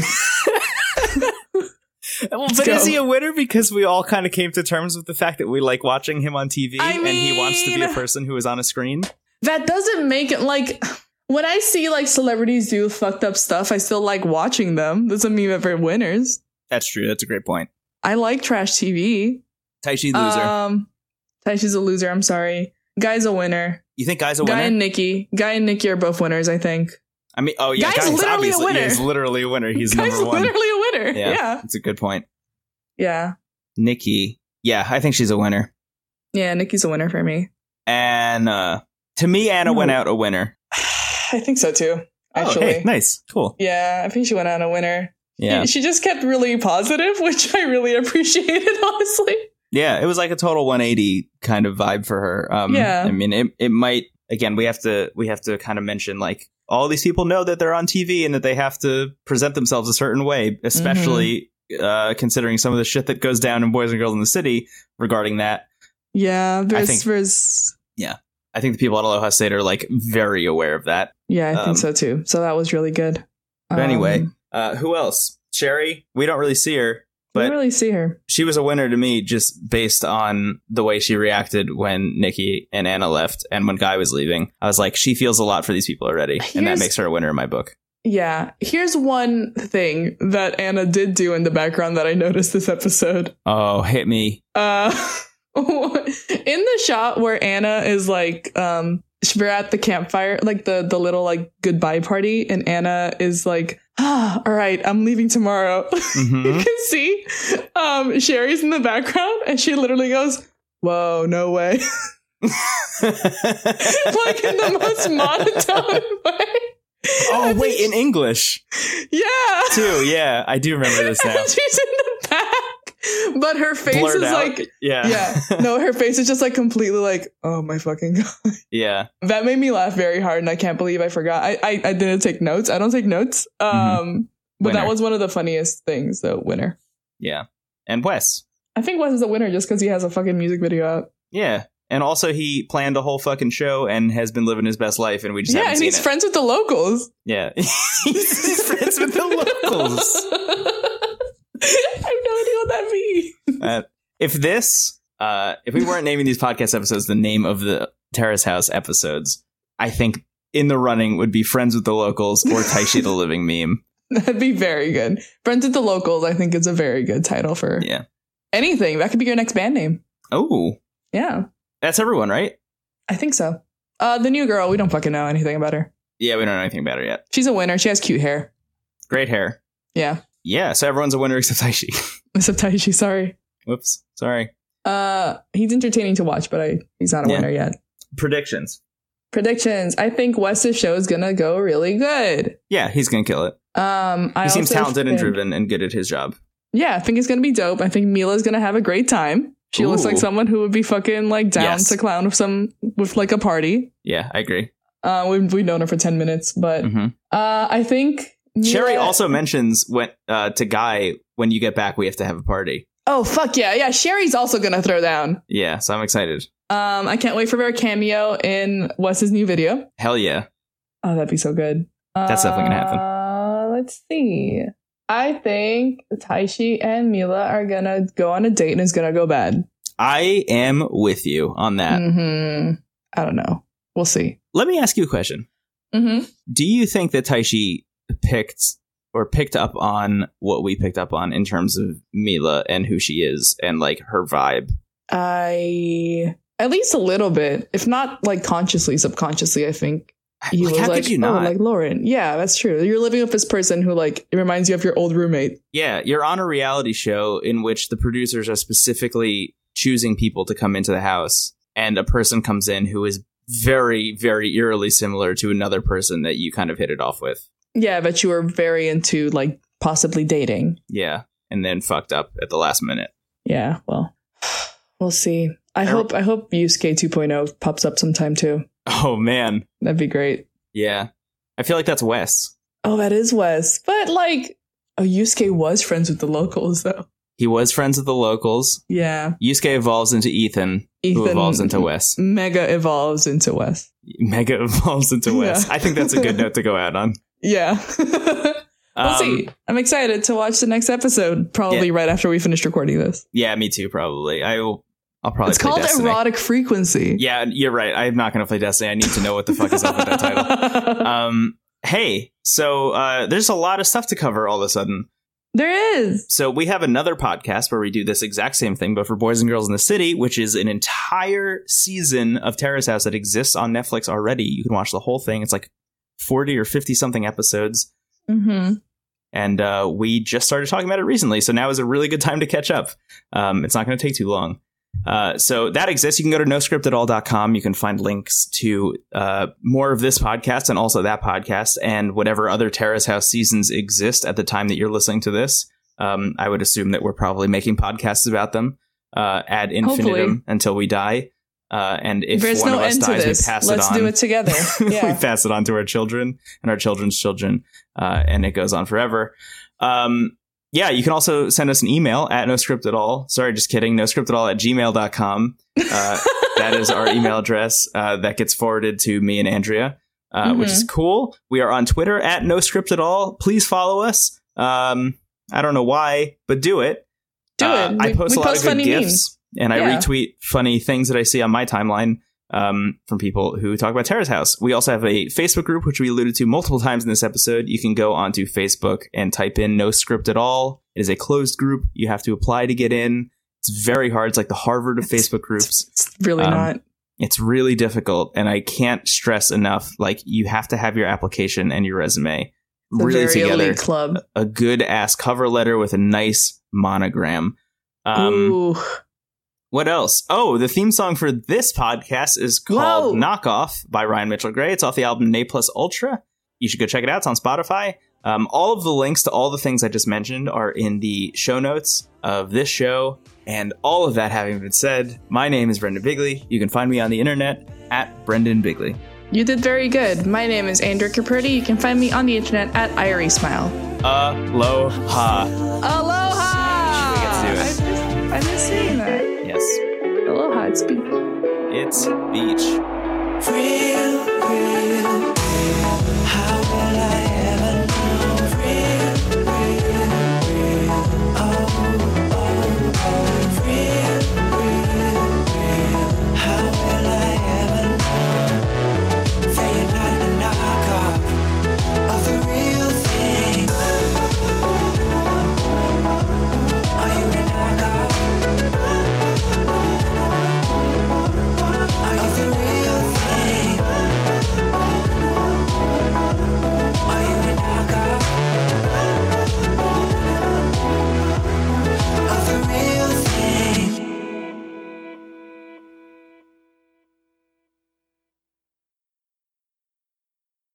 Speaker 2: but
Speaker 1: go.
Speaker 2: is he a winner because we all kind of came to terms with the fact that we like watching him on TV
Speaker 1: I
Speaker 2: and he wants to be a
Speaker 1: mean-
Speaker 2: person who is on a screen?
Speaker 1: that doesn't make it like when I see like celebrities do fucked up stuff, I still like watching them. That's a meme for winners.
Speaker 2: That's true. That's a great point.
Speaker 1: I like trash TV.
Speaker 2: Taishi loser.
Speaker 1: Um, Taishi's a loser. I'm sorry. Guy's a winner.
Speaker 2: you think Guy's a
Speaker 1: Guy
Speaker 2: winner?
Speaker 1: and Nikki. Guy and Nikki are both winners. I think.
Speaker 2: I mean, oh yeah,
Speaker 1: Guy's literally a
Speaker 2: obviously- yeah,
Speaker 1: winner.
Speaker 2: he's literally a winner. He's
Speaker 1: Guy's
Speaker 2: number one.
Speaker 1: literally a winner.
Speaker 2: Yeah.
Speaker 1: Yeah. yeah.
Speaker 2: That's a good point.
Speaker 1: Yeah.
Speaker 2: Nikki. Yeah, I think she's a winner.
Speaker 1: Nikki's a winner for me.
Speaker 2: Anna. To me, Anna
Speaker 1: No.
Speaker 2: went out a winner.
Speaker 1: I think so too. Actually.
Speaker 2: oh, hey, nice, cool.
Speaker 1: Yeah, I think she went out a winner.
Speaker 2: Yeah,
Speaker 1: She, she just kept really positive, which I really appreciated, honestly.
Speaker 2: yeah. It was like a total 180 kind of vibe for her. Um,
Speaker 1: Yeah.
Speaker 2: I mean, it it might again. We have to we have to kind of mention like all these people know that they're on TV and that they have to present themselves a certain way, especially
Speaker 1: Mm-hmm.
Speaker 2: uh, considering some of the shit that goes down in Boys and Girls in the City regarding that.
Speaker 1: Yeah,
Speaker 2: there's-
Speaker 1: there's,
Speaker 2: think-
Speaker 1: there's
Speaker 2: I think the people at Aloha State are like very aware of that.
Speaker 1: yeah, I
Speaker 2: Um,
Speaker 1: think so too. So that was really good.
Speaker 2: but anyway,
Speaker 1: Um,
Speaker 2: Uh, who else? Sherry. We don't really see her,
Speaker 1: we
Speaker 2: but
Speaker 1: didn't really see her.
Speaker 2: she was a winner to me just based on the way she reacted when Nikki and Anna left and when Guy was leaving. I was like, she feels a lot for these people already, and that
Speaker 1: Here's-
Speaker 2: makes her a winner in my book.
Speaker 1: Yeah, here's one thing that Anna did do in the background that I noticed this episode.
Speaker 2: Oh, hit me.
Speaker 1: uh in the shot where anna is like um we're at the campfire like the the little like goodbye party and anna is like ah, all right i'm leaving tomorrow you
Speaker 2: Mhm.
Speaker 1: can see um sherry's in the background and she literally goes whoa no way like in the most monotone way
Speaker 2: Oh, wait, in English
Speaker 1: yeah
Speaker 2: too. Yeah, I do remember this now.
Speaker 1: and she's in the back but her face
Speaker 2: Blurred
Speaker 1: is
Speaker 2: out.
Speaker 1: like
Speaker 2: Yeah.
Speaker 1: yeah no her face is just like completely like oh my fucking god
Speaker 2: yeah.
Speaker 1: that made me laugh very hard and i can't believe i forgot i i, I didn't take notes i don't take notes um but
Speaker 2: Mm-hmm. Winner.
Speaker 1: that was one of the funniest things though winner
Speaker 2: Yeah. And Wes.
Speaker 1: i think wes is a winner just because he has a fucking music video out
Speaker 2: Yeah. And also, he planned a whole fucking show and has been living his best life, and we just
Speaker 1: yeah
Speaker 2: haven't
Speaker 1: and
Speaker 2: seen
Speaker 1: he's
Speaker 2: it.
Speaker 1: friends with the locals
Speaker 2: yeah, he's friends with the locals.
Speaker 1: i have no idea what that means
Speaker 2: if this uh if we weren't naming these podcast episodes the name of the Terrace House episodes, I think in the running would be Friends with the Locals or Taishi the Living Meme.
Speaker 1: That'd be very good. Friends with the Locals, I think, is a very good title for
Speaker 2: Yeah.
Speaker 1: anything. That could be your next band name.
Speaker 2: Oh,
Speaker 1: Yeah,
Speaker 2: that's everyone, right?
Speaker 1: I think so. Uh, the new girl, we don't fucking know anything about her.
Speaker 2: Yeah, we don't know anything about her yet.
Speaker 1: She's a winner. She has cute hair.
Speaker 2: Great hair.
Speaker 1: Yeah,
Speaker 2: Yeah, so everyone's a winner except Taishi.
Speaker 1: except Taishi. Sorry.
Speaker 2: Whoops. Sorry.
Speaker 1: Uh, he's entertaining to watch, but I he's not a
Speaker 2: Yeah.
Speaker 1: winner yet.
Speaker 2: Predictions.
Speaker 1: Predictions. I think Wes's show is gonna go really good.
Speaker 2: Yeah, he's gonna kill it.
Speaker 1: Um, I
Speaker 2: He seems
Speaker 1: also
Speaker 2: talented and
Speaker 1: think-
Speaker 2: driven and good at his job.
Speaker 1: yeah, I think it's gonna be dope. I think Mila's gonna have a great time. She looks
Speaker 2: Ooh.
Speaker 1: like someone who would be fucking like down
Speaker 2: Yes.
Speaker 1: to clown with some with like a party.
Speaker 2: Yeah, I agree.
Speaker 1: Uh, we've we've known her for ten minutes, but
Speaker 2: hmm
Speaker 1: uh, I think Mila-
Speaker 2: Sherry also mentions when uh, to Guy when you get back we have to have a party.
Speaker 1: Oh fuck yeah, yeah. Sherry's also gonna throw down.
Speaker 2: Yeah, so I'm excited.
Speaker 1: Um, I can't wait for her cameo in Wes's new video.
Speaker 2: Hell yeah.
Speaker 1: Oh, that'd be so good.
Speaker 2: That's definitely gonna happen.
Speaker 1: Uh, let's see. I think Taishi and Mila are gonna go on a date and it's gonna go bad.
Speaker 2: I am with you on that.
Speaker 1: Mm-hmm. I don't know. We'll see.
Speaker 2: Let me ask you a question.
Speaker 1: Mm-hmm.
Speaker 2: Do you think that Taishi picked or picked up on what we picked up on in terms of Mila and who she is and like her vibe?
Speaker 1: I at least a little bit, if not like consciously, subconsciously. I think he
Speaker 2: Like,
Speaker 1: was
Speaker 2: how
Speaker 1: like,
Speaker 2: could you
Speaker 1: "Oh,
Speaker 2: not?
Speaker 1: like Lauren." Yeah, that's true. You're living with this person who like it reminds you of your old roommate.
Speaker 2: Yeah, you're on a reality show in which the producers are specifically choosing people to come into the house, and a person comes in who is very, very eerily similar to another person that you kind of hit it off with.
Speaker 1: Yeah, but you were very into like possibly dating.
Speaker 2: Yeah, and then fucked up at the last minute.
Speaker 1: Yeah, well, we'll see. I
Speaker 2: Er-
Speaker 1: hope I hope Yusuke 2.0 pops up sometime too.
Speaker 2: Oh man,
Speaker 1: That'd be great.
Speaker 2: yeah, I feel like that's Wes.
Speaker 1: Oh, that is Wes, but like, oh, Yusuke was friends with the locals though.
Speaker 2: He was friends with the locals.
Speaker 1: Yeah,
Speaker 2: Yusuke evolves into Ethan, who evolves into Wes.
Speaker 1: Mega evolves into Wes.
Speaker 2: Mega evolves into Wes.
Speaker 1: Yeah.
Speaker 2: I think that's a good note to go out on.
Speaker 1: Yeah. we'll
Speaker 2: Um,
Speaker 1: see. I'm excited to watch the next episode, probably right after we finish recording this.
Speaker 2: Yeah, me too. Probably. I will. I'll probably.
Speaker 1: it's
Speaker 2: play
Speaker 1: called
Speaker 2: Destiny.
Speaker 1: Erotic Frequency.
Speaker 2: Yeah, you're right. I'm not going to play Destiny. I need to know what the fuck is up with that title. Um, hey, so uh, there's a lot of stuff to cover all of a sudden.
Speaker 1: there is.
Speaker 2: So we have another podcast where we do this exact same thing, but for boys and girls in the city, which is an entire season of Terrace House that exists on Netflix already. You can watch the whole thing. It's like 40 or 50 something episodes.
Speaker 1: Mm-hmm.
Speaker 2: And uh, we just started talking about it recently, so now is a really good time to catch up. Um, it's not going to take too long. Uh, so that exists. You can go to noscriptatall.com. You can find links to uh, more of this podcast and also that podcast and whatever other Terrace House seasons exist at the time that you're listening to this. Um, I would assume that we're probably making podcasts about them uh, ad infinitum
Speaker 1: Hopefully.
Speaker 2: until we die. Uh, and if
Speaker 1: There's
Speaker 2: one
Speaker 1: no
Speaker 2: of us
Speaker 1: end
Speaker 2: dies,
Speaker 1: to this.
Speaker 2: we pass
Speaker 1: Let's
Speaker 2: it on
Speaker 1: do it together.
Speaker 2: we
Speaker 1: Yeah.
Speaker 2: pass it on to our children and our children's children, uh, and it goes on forever. Um, yeah, you can also send us an email at no script at all. Sorry, just kidding. No script at all at gmail.com. Uh, that is our email address uh, that gets forwarded to me and Andrea, uh, which is cool. We are on Twitter at no script at all. Please follow us. Um, I don't know why, but do it.
Speaker 1: Do
Speaker 2: Uh,
Speaker 1: it.
Speaker 2: I
Speaker 1: We- we
Speaker 2: post a lot
Speaker 1: post
Speaker 2: of good
Speaker 1: funny
Speaker 2: gifts
Speaker 1: memes.
Speaker 2: and I
Speaker 1: Yeah.
Speaker 2: retweet funny things that I see on my timeline um, from people who talk about Tara's house. We also have a Facebook group, which we alluded to multiple times in this episode. You can go onto Facebook and type in no script at all. It is a closed group. You have to apply to get in. It's very hard. It's like the Harvard of
Speaker 1: It's-
Speaker 2: Facebook groups.
Speaker 1: It's really
Speaker 2: Um,
Speaker 1: not.
Speaker 2: It's really difficult. And I can't stress enough, like you have to have your application and your resume
Speaker 1: The
Speaker 2: really
Speaker 1: very
Speaker 2: together.
Speaker 1: elite club.
Speaker 2: A good ass cover letter with a nice monogram. Um,
Speaker 1: Ooh.
Speaker 2: What else? Oh, the theme song for this podcast is
Speaker 1: Whoa.
Speaker 2: called Knockoff by Ryan Mitchell Gray. It's off the album Nay Plus Ultra. You should go check it out. It's on Spotify. Um, all of the links to all the things I just mentioned are in the show notes of this show. And all of that having been said, my name is Brendan Bigley. You can find me on the internet at Brendan Bigley.
Speaker 1: You did very good. My name is Andrew Capriti. You can find me on the internet at Irie Smile.
Speaker 2: Aloha.
Speaker 1: Aloha!
Speaker 2: Let's
Speaker 1: I miss, I miss saying that.
Speaker 2: Yes,
Speaker 1: Aloha, it's beach.
Speaker 2: it's beach.
Speaker 3: Real, real.